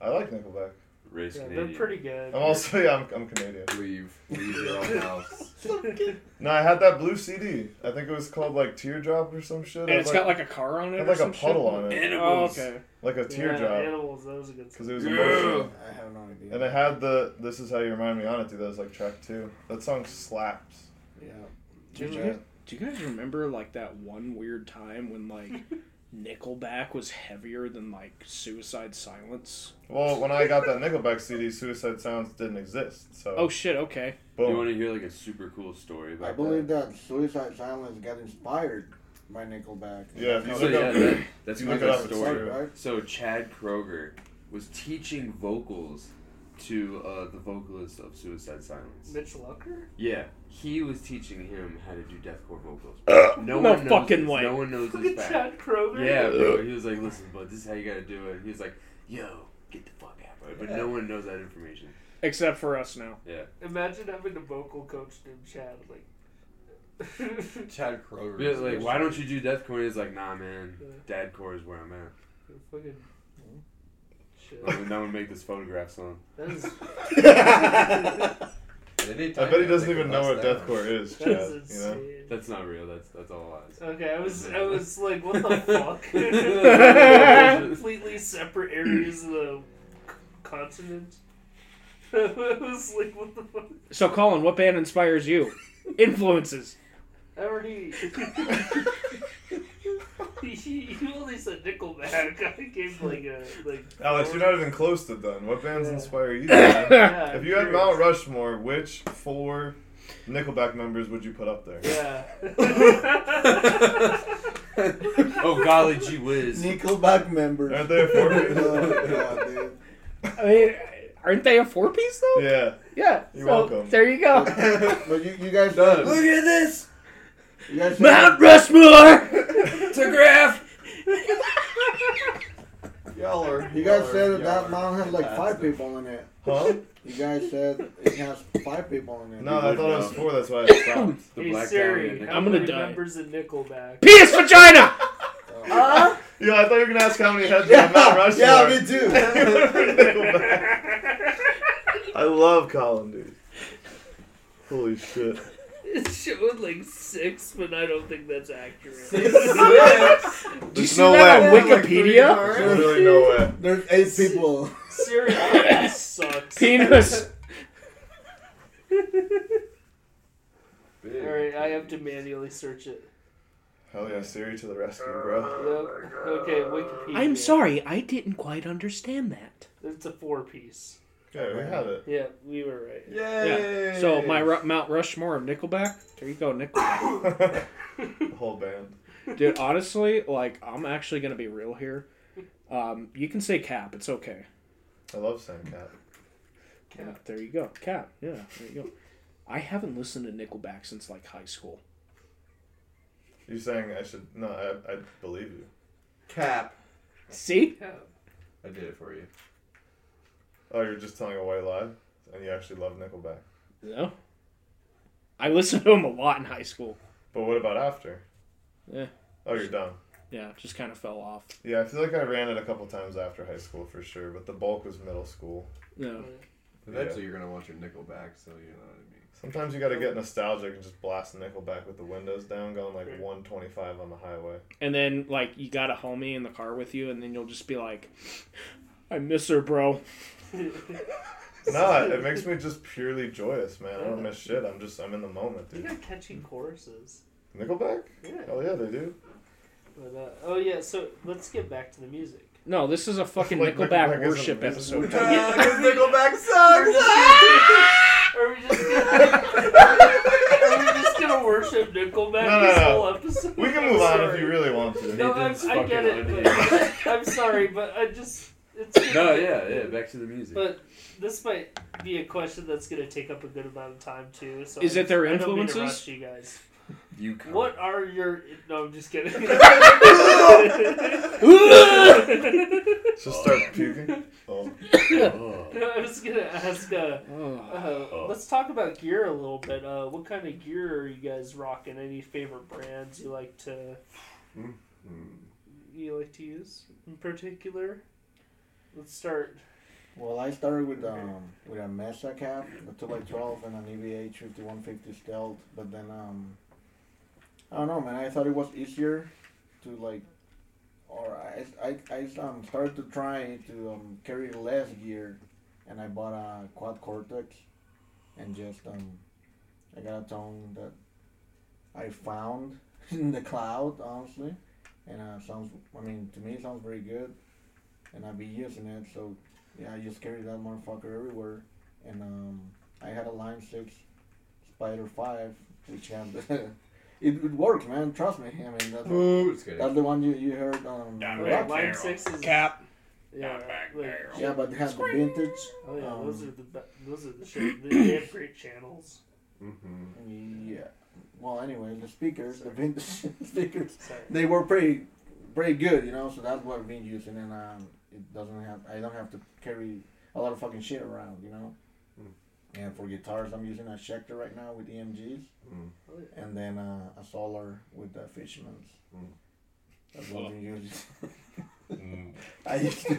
I like Nickelback. Race Yeah, Canadian. they're pretty good. I'm also, yeah, I'm, I'm Canadian. Leave. Leave your own house. No, I had that blue CD. I I think it was called like Teardrop or some shit. And I it's like, got like a car on it. had, or like some a puddle shit. on it. Oh, Animals. okay. Like a Yeah, teardrop. animals. That was a good Because song. it was Yeah. emotional. I have no idea. And it had the This Is How You Remind Me on it, dude. That was like track two. That song slaps. Yeah. Do you, guys, do you guys remember like that one weird time when like Nickelback was heavier than like Suicide Silence? Well, when I got that Nickelback CD, Suicide Sounds didn't exist. So, Oh shit. Okay. You boom. want to hear like a super cool story about I believe that Suicide Silence got inspired by Nickelback. Yeah, if you look That's that? So yeah, up- that, that's You my look it up, it's story. true. right? So Chad Kroger was teaching vocals to uh, the vocalist of Suicide Silence. Mitch Lucker? Yeah, he was teaching him how to do deathcore vocals. No No, one knows fucking this. way. No one knows Look at this fact. Chad Kroger. Yeah, bro. He was like, "Listen, bud, this is how you gotta do it." He was like, "Yo, get the fuck out, bro." But no one knows that information. Except for us now. Imagine having a vocal coach named Chad. Like, Chad Kroger. But it's like, why don't you do deathcore? He's like, "Nah, man, dadcore is where I'm at." fucking. Shit. Like, now we make this photograph song. That is, I bet he doesn't even know what deathcore is, that Chad. is You know? insane. That's not real. That's that's all lies. Okay, I was I was like, what the fuck? Completely separate areas of the c- continent. I was like, what the fuck? So Colin, what band inspires you? Influences. I already. you only said Nickelback. I gave like a like. Alex, four- you're not even close to done. What bands Yeah. inspire you? man? Yeah, if I'm you had curious. Mount Rushmore, which four Nickelback members would you put up there? Yeah. Oh golly gee whiz. Nickelback members. Aren't they a four Oh, God, dude. I mean, aren't they a four piece though? Yeah. Yeah. You're so, welcome. There you go. But you, you guys done. Look at this. You guys Mount Rushmore. To graph. y'all are. You guys y'all said are- that, y'all are that mountain had like five fantastic. people in it. Huh? You guys said it has five people in it. No, I thought it was four. That's why I stopped. The hey black Siri, guy. how I'm gonna many die. members in Nickelback? Penis vagina. Yo, I thought you were gonna ask how many heads Yeah, on Mount Rushmore. yeah, me too. Nickelback. I love Colin, dude. Holy shit. It showed like six, but I don't think that's accurate. Do you There's see no that way. on Wikipedia? There's really no way. There's eight people. Siri fucking sucks. Penis. Big. Alright, I have to manually search it. Hell yeah, Siri to the rescue, bro. Yep. Okay, Wikipedia. I'm sorry, I didn't quite understand that. It's a four piece. Okay, we had it. Yeah, we were right. Yeah. So my Ru- Mount Rushmore of Nickelback. There you go, Nickelback. The whole band. Dude, honestly, like I'm actually gonna be real here. Um, you can say Cap. It's okay. I love Sam Cat. Cap. There you go, Cap. Yeah, there you go. I haven't listened to Nickelback since like high school. You're saying I should. No, I, I believe you. Cap. See? Cap. I did it for you. Oh, you're just telling a white lie? And you actually love Nickelback. No. I listened to him a lot in high school. But what about after? Yeah. Oh, you're done. Yeah, just kind of fell off. Yeah, I feel like I ran it a couple times after high school for sure, but the bulk was middle school. No. Eventually, you're gonna want your Nickelback, so you know what I mean. Sometimes you gotta get nostalgic and just blast Nickelback with the windows down, going like Right. 125 on the highway. And then like you got a homie in the car with you, and then you'll just be like, "I miss her, bro." No, it- it makes me just purely joyous, man. I don't miss shit. I'm just, I'm in the moment, They dude. got catchy choruses. Nickelback? Yeah. Hell yeah, they do. But, uh, oh yeah, so let's get back to the music. No, this is a fucking Like, Nickelback Nickelback isn't worship music. episode. Uh, Nickelback Are we sucks. just- are we just gonna, are we just gonna worship Nickelback No, no, this no. whole episode? We can I'm move on sorry. if you really want to. No, I'm, Nathan's I get fucking it. But, I'm sorry, but I just it's No, Oh, yeah, yeah. Back to the music. But this might be a question that's gonna take up a good amount of time too. So Is it their I don't mean to influences? rush you guys. you come. What are your? No, I'm just kidding. Just start puking. Oh. Oh. I was gonna ask. Uh, Oh. Uh, let's talk about gear a little bit. Uh, what kind of gear are you guys rocking? Any favorite brands you like to Mm-hmm. you like to use in particular? Let's start. Well, I started with um with a Mesa cap, a two x twelve, and an E EVH fifty one fifty stealth. But then um, I don't know, man. I thought it was easier to like, or I I, I um, started to try to um, carry less gear, and I bought a quad Cortex, and just um, I got a tone that I found in the cloud, honestly, and uh, sounds. I mean, to me, it sounds very good, and I've been using it so. Yeah, I just carried that motherfucker everywhere. And um, I had a Line 6 Spider 5, which had the. it, it worked, man. Trust me. I mean, that's, Just kidding. that's the one you, you heard. Um, Down rock. back Line barrel. six is Cap. Yeah, Down back like- barrel. yeah, but it has the vintage. oh yeah, Um, those are the be- those are the shit. They they have great channels. Mm-hmm. Yeah. Well, anyway, the speakers, the vintage speakers, Sorry. they were pretty pretty good, you know. So that's what I've been using, and um, it doesn't have I don't have to carry a lot of fucking shit around, you know. And for guitars, I'm using a Schecter right now with E EMGs, Mm. Oh, yeah. and then uh, a Solar with the Fishmans. Mm. That's what I've been using. Mm. I used to,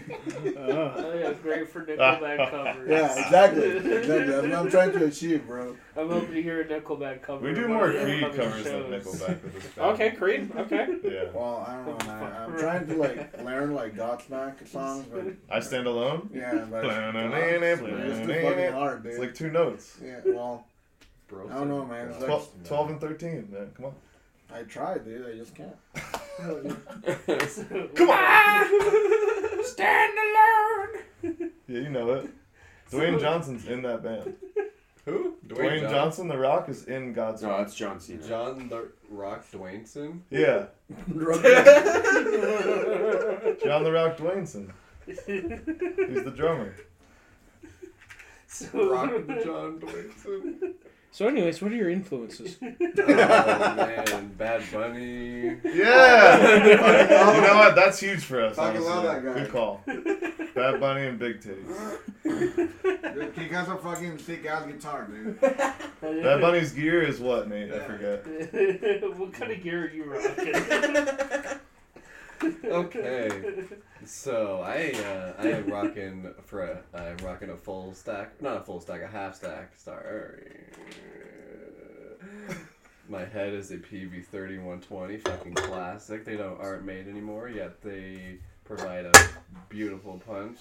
Oh yeah, great for Nickelback covers. yeah, exactly, exactly. That's what I'm trying to achieve, bro. I'm hoping to hear a Nickelback cover. We do in one more of the Creed covers upcoming than shows. Nickelback with this band. Okay, Creed. Okay. Yeah. Well, I don't know, man. I'm trying to like learn like Godsmack songs, but I stand alone. yeah, but it's too fucking It's hard, dude. like two notes. Yeah, well, Bro, I don't know, man. It's Twelve, twelve and 13, man. Come on. I tried, dude. I just can't. So- Come on! Stand alone. Yeah, you know it. Dwayne Johnson's in that band. Who? Dwayne Johnson. Johnson, The Rock, is in God's. No, that's John Cena. John the Rock Dwayneson. Yeah, Rock- John The Rock Dwayneson. He's the drummer. so, Rock John Dwayneson. So, anyways, what are your influences? Oh man, Bad Bunny. Yeah. you know what? That's huge for us. Fucking love honestly. that guy. Good call. Bad Bunny and Big Titties. Dude, he got some fucking sick ass guitar, dude. Bad Bunny's gear is what, Nate? I Yeah. forget. what kind of gear are you rocking? Okay. So I uh, I am rocking for a I'm rocking a full stack, not a full stack, a half stack. Sorry. My head is a PV thirty one twenty, fucking classic. They don't aren't made anymore yet. They provide a beautiful punch.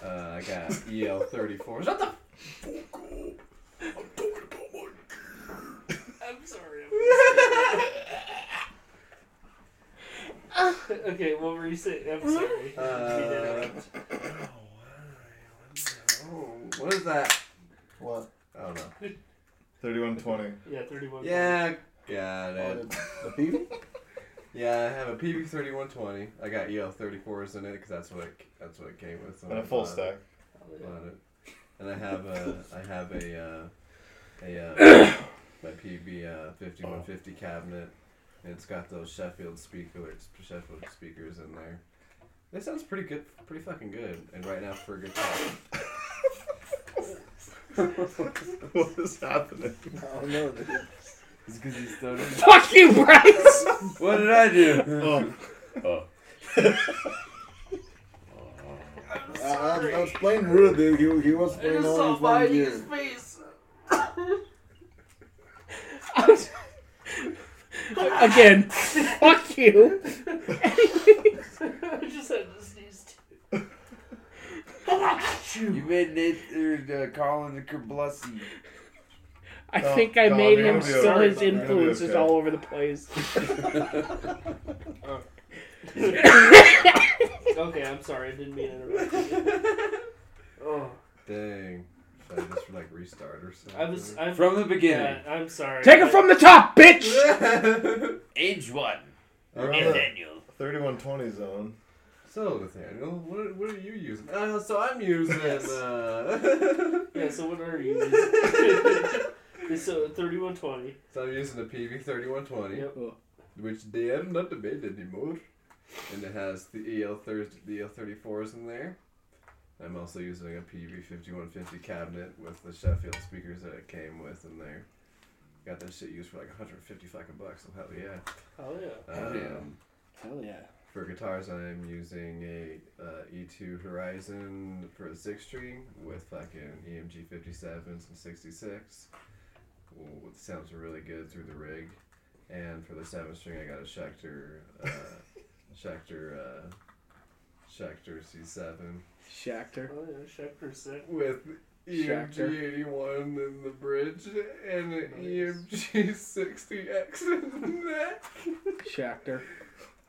Uh, I got EL thirty four. Shut the fuck up. I'm talking about my I'm sorry. I'm sorry. okay, what were you saying? I'm sorry. Uh, Oh, what is that? What? I don't know. Thirty-one twenty. yeah, 31. Yeah, got Oh, it. the, the people? Yeah, I have a PB thirty one twenty. I got EL thirty fours in it because that's what it, that's what it came with. when And a I full bought it. stack. Bought it. And I have a I have a uh, a uh, my PB uh, fifty one Oh. fifty cabinet. And it's got those Sheffield speakers Sheffield speakers in there. It sounds pretty good, pretty fucking good. And right now for a good time. what is happening? I don't know, dude. It's because he's started. Fuck you, Bryce! What did I do? Oh, I, I, I was playing rude, dude. He, he was I playing just all saw his fucking mine in his gear. face. Again, fuck you. I just had to sneeze. You made Nate or uh, Colin Kerblussi. I No, think I no, made you're him gonna be still okay. his You're gonna be influences okay. all over the place. Okay, I'm sorry. I didn't mean to interrupt. you. Oh, Dang. Should I just like restart or something? I was. I'm, From the beginning. yeah, I'm sorry. Take it from the top, bitch! Age one. you're on And the Daniel. thirty-one twenty zone. so Nathaniel, what what are you using? Uh, so I'm using. Uh, Yeah, so what are you? using? so 3120. so I'm using a PV thirty one twenty, Yep. which they are not made anymore, and it has the EL thirty the EL thirty fours in there. I'm also using a PV fifty one fifty cabinet with the Sheffield speakers that it came with in there. Got that shit used for like 150 fucking bucks. So hell yeah. Oh yeah. Um, Hell yeah. For guitars, I'm using a uh, E2 Horizon for a six string with fucking E EMG 57s and 66. Ooh, it sounds really good through the rig. And for the seven string, I got a Schecter, uh, Schecter, uh, Schecter C7 Schacter. Oh yeah. Check percent. with E EMG Schecter. 81 in the bridge and an E EMG 60X in the neck. Schacter.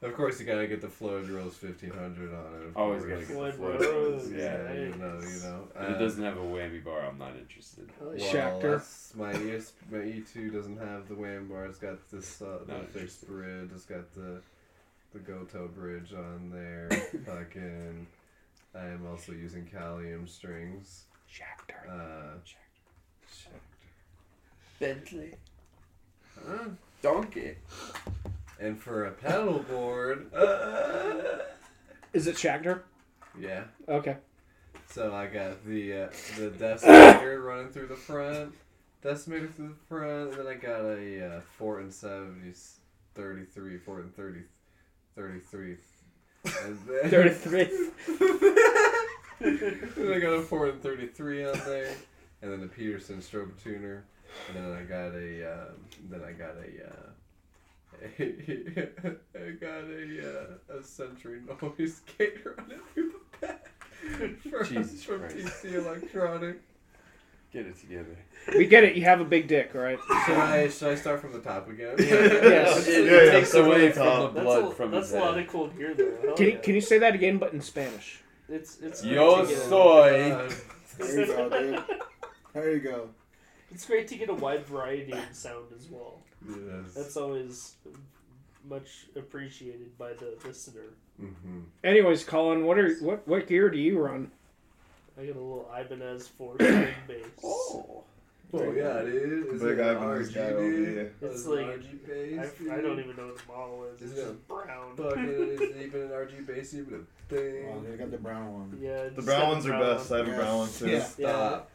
Of course, you gotta get the flow drills 1500 on it. of Always course. gotta get the Floyd floor. Rose. Yeah. Yeah, Nice. you know, you know. Um, If it doesn't have a whammy bar, I'm not interested. Oh, well, yeah. Schecter. that's- My, ES, my E2 doesn't have the wham bar. It's got this uh, Not the fixed interested. bridge. It's got the the Goto bridge on there. Fucking. I am also using Kalium strings. Schacter. Uh, Bentley. huh? Donkey. And for a pedal board. uh, Is it Schacter? yeah. Okay. So I got the uh, the decimator running through the front, decimator through the front, and then I got a uh, four and seventy, thirty three, four and thirty, thirty three, and then 33. then I got a four and thirty three on there, and then the Peterson strobe tuner, and then I got a um, then I got a. Uh, I got a uh, a century noise gate running through the back for, Jesus from Christ. PC Electronic. Get it together. We get it, you have a big dick, alright? Should I should I start from the top again? Yes. It, Yeah, yeah, takes so away it's from all- the That's, blood a, from that's his a lot head. of cool gear though. Hell Can you, yeah. can you say that again, but in Spanish? It's it's. Yo it's- soy. There you go, dude. There you go. It's great to get a wide variety of sound as well. That's always much appreciated by the listener. hmm Anyways, Colin, what are what what gear do you run? I got a little Ibanez four string bass. Oh yeah, dude. Is Big it an Ivan's RG, guy over dude? here. It's Is it like- an RG I, base, I dude? don't even know what the model is. It's Is it just brown. Fuck it, is it even an RG base even a Oh, thing? they got the brown one. yeah, The just got brown ones are brown best. I have a brown one too. Yeah. Stop.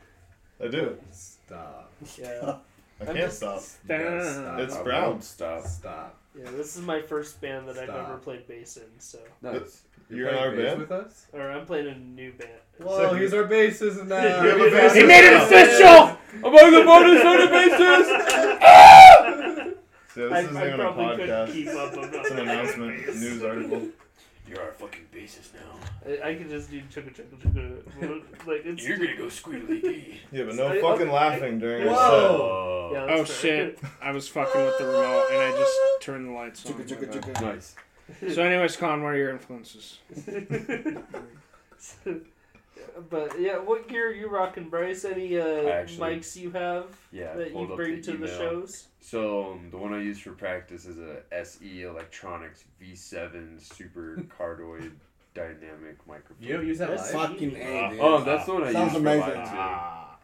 I do. Stop. Yeah, I I'm can't just- stop. You gotta stop. It's I brown. won't Stop. Stop. yeah. This is my first band that I've Stop. ever played bass in. So, Nice. You're in playing our bass band? with us? or I'm playing in a new band. Whoa, Sick. he's our bassist now. You have a bassist He made it now. official! Among the bonus soda bassist! See, this I, isn't I even a probably couldn't keep podcast. up. I'm not It's an that announcement, bass. news article. You're our fucking bassist now. I, I could just do chugga chugga chugga. Like it's You're gonna go squealy dee. Yeah, but no I- fucking laughing during our Whoa. set. Oh. Yeah, Oh that's fair. shit! I was fucking with the remote and I just turned the lights on. Chicka chicka My bad. chicka. Nice. So, anyways, Colin, what are your influences? but yeah, what gear are you rocking, Bryce? Any uh, actually- mics you have Yeah, that you hold up bring the to the email. shows? So um, the one I use for practice is a SE Electronics V7 Super Cardioid Dynamic microphone. You don't use that That's- live? Ah. Fucking A, dude. oh, that's the one I Sounds use amazing. for live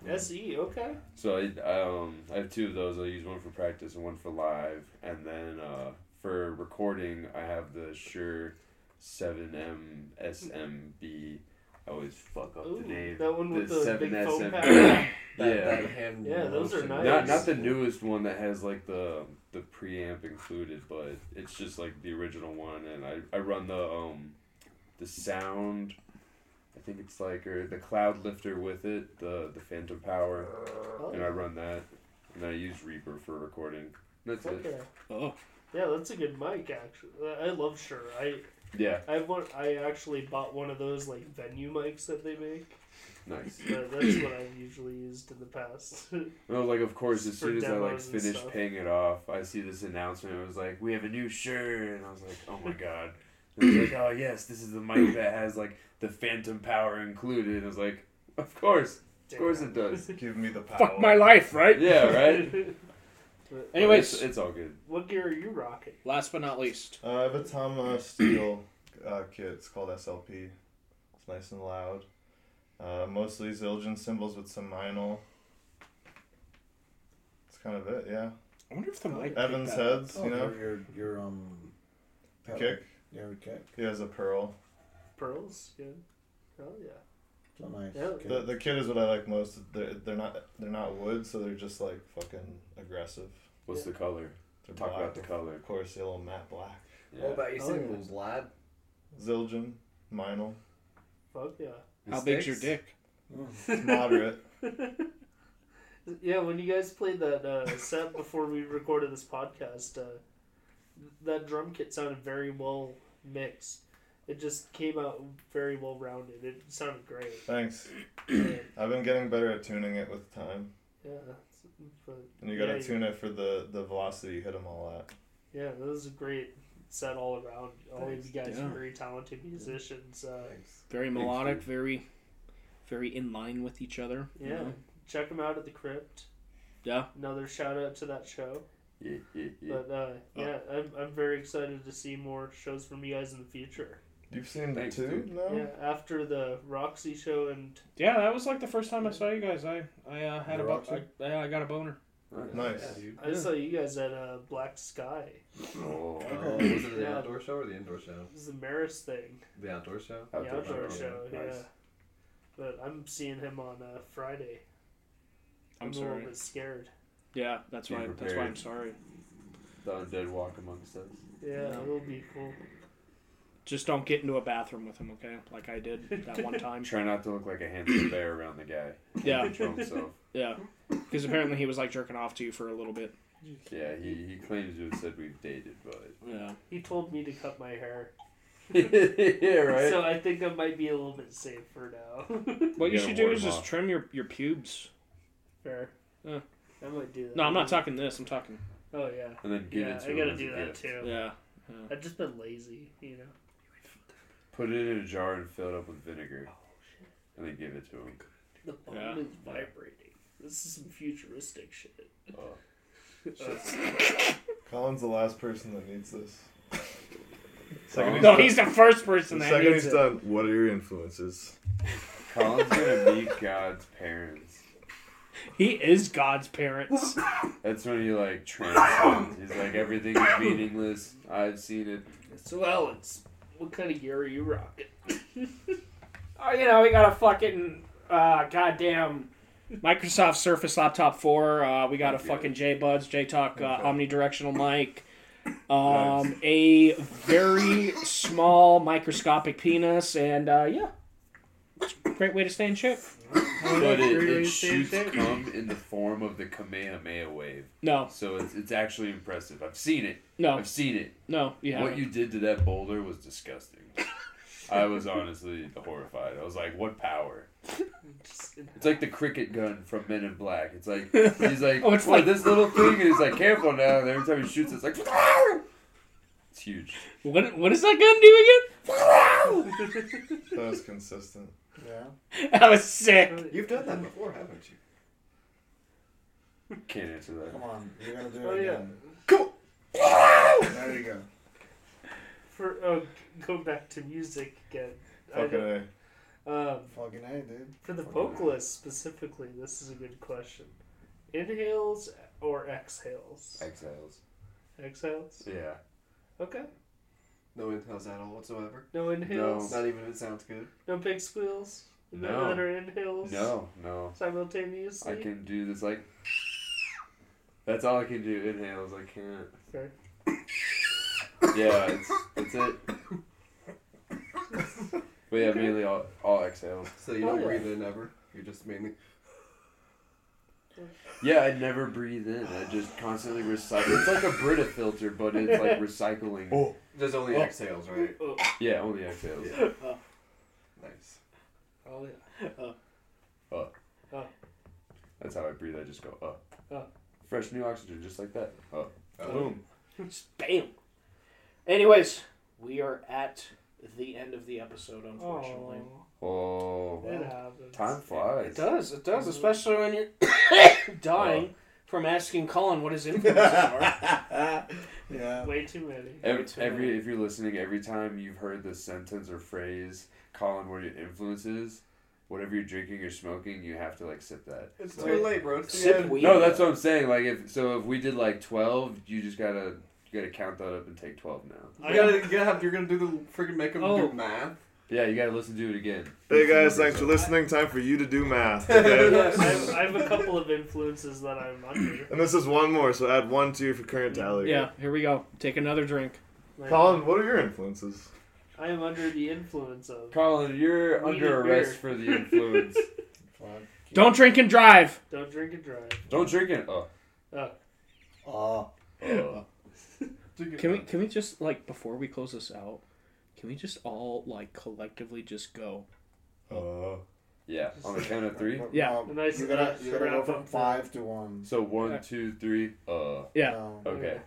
Yeah. SE, E, okay. too. So I, I, um, I have two of those. I use one for practice and one for live, and then uh, for recording, I have the Shure 7M SMB. I always fuck up Ooh, the name. that one with The the, big 7S foam and- pad. That, yeah. That hand Yeah, those are motion. Not nice. not the newest one that has like the the preamp included, but it's just like the original one, and I, I run the um the sound. I think it's like or the cloud lifter with it, the the Phantom Power, Oh, and I run that, and I use Reaper for recording. That's okay. it. Oh. Yeah, that's a good mic. Actually, I I love Shure. I Yeah, I one. I actually bought one of those like venue mics that they make. nice. But that's what I've usually used in the past. Well, like of course, as For soon as I like demos and finished stuff. paying it off, I see this announcement. It was like, "We have a new shirt," and I was like, "Oh my god!" And it was like, "Oh yes, this is the mic that has like the phantom power included." And I was like, "Of course, of course it does." Give me the power. Fuck my life, right? Yeah, right. But Anyways, it's, it's all good. what gear are you rocking? last but not least, Uh, I have a Tama Steel uh, kit. It's called SLP. It's nice and loud. Uh, mostly Zildjian cymbals with some Meinl. That's kind of it, yeah. I wonder if the mic. picked Evans that up. heads, Oh, you know. your, your, your, um. The pedal. kick. Yeah, your kick. He has a pearl. Pearls? Yeah. Hell yeah. So nice. Yeah. kick. The the kit is what I like most. They're, they're not they're not wood, so they're just like fucking aggressive. What's the color? They're Talk black, about the color. of course, yellow matte black. Yeah. What about your Oh, yeah. singles, lad? Zildjian, Meinl. Fuck yeah. How big's your Sticks? dick? It's moderate. Yeah, when you guys played that uh, set before we recorded this podcast, uh, that drum kit sounded very well mixed. It just came out very well rounded. It sounded great. Thanks. Yeah, I've been getting better at tuning it with time. yeah, but, And you gotta Yeah, you- tune it for the, the velocity you hit them all at. yeah, that was a great set all around. All of you guys Yeah. are very talented musicians. Uh, Thanks. Very melodic, very, very in line with each other. you yeah, know? check them out at the crypt. Yeah. Another shout out to that show. Yeah, yeah, yeah. But uh, Oh. yeah, I'm, I'm very excited to see more shows from you guys in the future. You've seen Thanks, the two dude. Oh. now? Yeah, after the Roxy show and Yeah, that was like the first time I saw you guys. I I uh, had a bo- Roxy? I, yeah, I got a boner. Nice. Yeah, dude. I Yeah. saw you guys at uh, Black Sky. Oh, Oh, was it the Yeah. outdoor show or the indoor show? It was the Maris thing, The outdoor show? the outdoor show. show. Nice. Yeah, but I'm seeing him on uh, Friday. I'm a little sorry. bit scared. Yeah, that's Be why. That's why I'm prepared. sorry. The undead walk amongst us. Yeah, Yeah. it'll be cool. Just don't get into a bathroom with him, okay? Like I did that one time. Try not to look like a handsome bear around the guy. Yeah. Control himself. Yeah, because apparently he was like jerking off to you for a little bit. Yeah, he, he claims to have said we've dated, but Yeah. He told me to cut my hair, yeah, right. so I think I might be a little bit safe for now. What you gotta should do ward is him just off. trim your your pubes. Fair. Yeah. I might do that. No, I'm not talking this. I'm talking. Oh yeah. and then give yeah, it to I him gotta as a do that gift. too. Yeah. I've just been lazy, you know. Put it in a Oh, jar and fill it up with vinegar, and then give it to him. The bone Yeah. is vibrating. This is some futuristic shit. Colin's the last person that needs this. Second Oh, No, done- he's the first person the that second needs he's it. done. What are your influences? Colin's gonna be God's parents. He is God's parents. That's when he like transcends. He's like everything is meaningless. I've seen it. So, Alex, what kind of year are you rocking? oh, you know, we got a fucking uh, goddamn Microsoft Surface Laptop 4. Uh, we got a fucking J Buds, J Talk uh, omnidirectional mic. Um, a very small microscopic penis, and uh, yeah, It's a great way to stay in shape. But it, Really it same shoots thing. cum in the form of the Kamehameha wave. No, So it's, it's actually impressive. I've seen it. no, I've seen it. no. You What haven't. you did to that boulder was disgusting. I was honestly horrified. I was like, what power? Just- It's like the cricket gun from Men in Black. It's like he's like, Oh, oh, it's it's like- this little thing, and he's like, careful now. And every time he shoots, it's like, it's huge. What, what does that gun do That was consistent. Yeah. again? That was sick. You've done that before, haven't you? Can't answer that. Come on. You're gonna do it Oh, yeah. again. There you go. For, oh, go back to music again. I Fucking A. don't- um, Fucking A, dude. For the vocalist specifically, this is a good question. Inhales or exhales? Exhales. Exhales? Yeah. Okay. No inhales at all whatsoever. No inhales? Not even if it sounds good. e- No big squeals? No. That are inhales? No, no. Simultaneously? I can do this like. That's all I can do. Inhales. I can't. Fair. Yeah, it's it's it. But yeah, mainly all, all exhales. So you Oh, don't yeah. breathe in ever. You're just mainly. Yeah, I never breathe in. I just constantly recycle. It's like a Brita filter, but it's like recycling. There's only exhales, right? Oh, Yeah, only exhales. Nice. oh, yeah. That's how I breathe. I just go up. Oh. Fresh new oxygen, just like that. Oh. Boom. Just bam. Anyways, we are at the end of the episode, unfortunately. Aw, Oh. it happens. Time flies. It does, it does, especially when you're dying from asking Colin what his influences are. Yeah. Way too many. Every, It's every if you're listening, every time you've heard this sentence or phrase, Colin, what are your influences? Whatever you're drinking or smoking, you have to like sip that. It's So- too late, bro. It's the Sip end. weed. No, that's what I'm saying. Like if so, if we did like twelve, you just gotta you gotta count that up and take twelve now. You gotta, you gotta have, you're gonna do the freaking make them Oh. do math. Yeah, you gotta listen to it again. Hey guys, thanks for listening. Time for you to do math. Okay? I have, I have a couple of influences that I'm under. and this is one more, so add one to your for current tally. Yeah, here we go. Take another drink. Like, Colin, what are your influences? I am under the influence of. Colin, you're We under need beer. arrest for the influence. Fuck. Don't drink and drive. Don't drink and drive. Don't drink it. Oh. Oh. oh. Can we can we just like before we close this out, can we just all like collectively just go? Uh, Yeah. On the count of three. Yeah. Um, Nice you gotta, enough you to gotta go wrap from up the- five to one. So one, two, three. Uh. Yeah. No. Okay.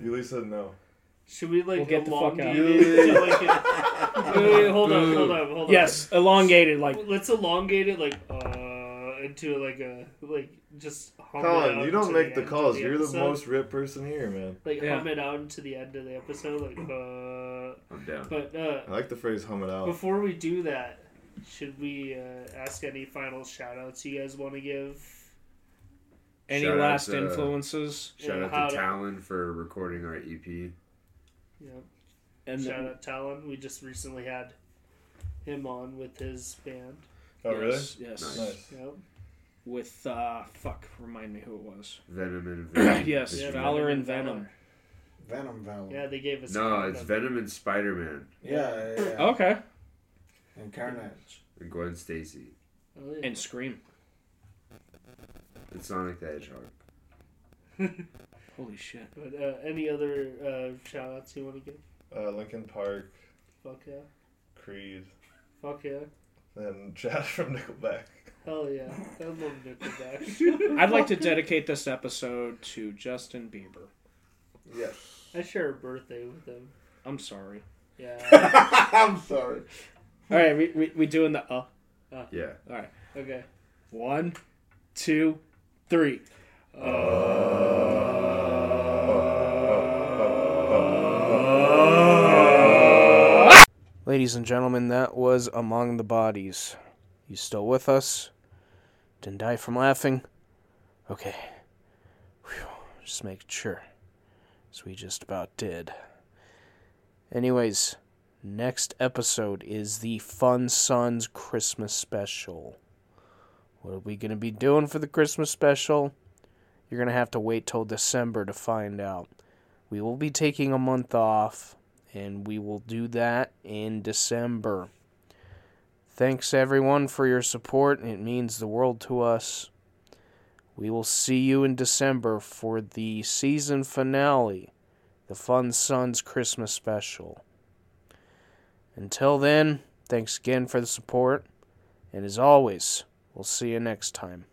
you Lee said no. Should we like We'll get the fuck out. elongate it to, like a- wait, wait, hold on, hold on, hold on. Yes, elongated like Let's elongate it like uh into like a like just hum it Colin, out you to don't make the end of calls. You're the episode. most ripped person here, man. like Yeah. hum it out into the end of the episode like uh I'm down. Oh. but uh I like the phrase hum it out. before we do that should we uh, ask any final shout outs you guys want to give any Shout out last to- influences. Shout Uh, How out to- to Talon for recording our E EP. yeah And shout then, out Talon we just recently had him on with his band Oh, really? Yes. yes. Nice. yep With uh fuck, remind me who it was. Venom and Venom. Yes, This Yeah, year. Valor and Venom. Venom Venom. yeah they gave us Oh. No, a- it's Venom and Spider Man Yeah, yeah, yeah. Okay. Oh. And Carnage. and Gwen Stacy Oh, yeah. And Scream. and Sonic the Hedgehog. Holy shit. But uh, any other uh, shout outs you want to give? Uh, Lincoln Park, Fuck yeah. Creed, Fuck yeah. and Chad from Nickelback. Hell yeah. I love Nickelback. I'd like to dedicate this episode to Justin Bieber. Yes. I share a birthday with him. I'm sorry. Yeah. I'm sorry. All right, we we, we doing the uh Yeah. Okay. one, two, three. Ladies and gentlemen, that was Among the Bodies. You still with us? Didn't die from laughing? Okay. Whew. Just making sure. As we just about did. Anyways, next episode is the Fun Sons Christmas Special. What are we going to be doing for the Christmas Special? You're going to have to wait till December to find out. We will be taking a month off and we will do that in December. Thanks everyone for your support. It means the world to us. We will see you in December for the season finale, the Fun Sons Christmas special. Until then, thanks again for the support, and as always, we'll see you next time.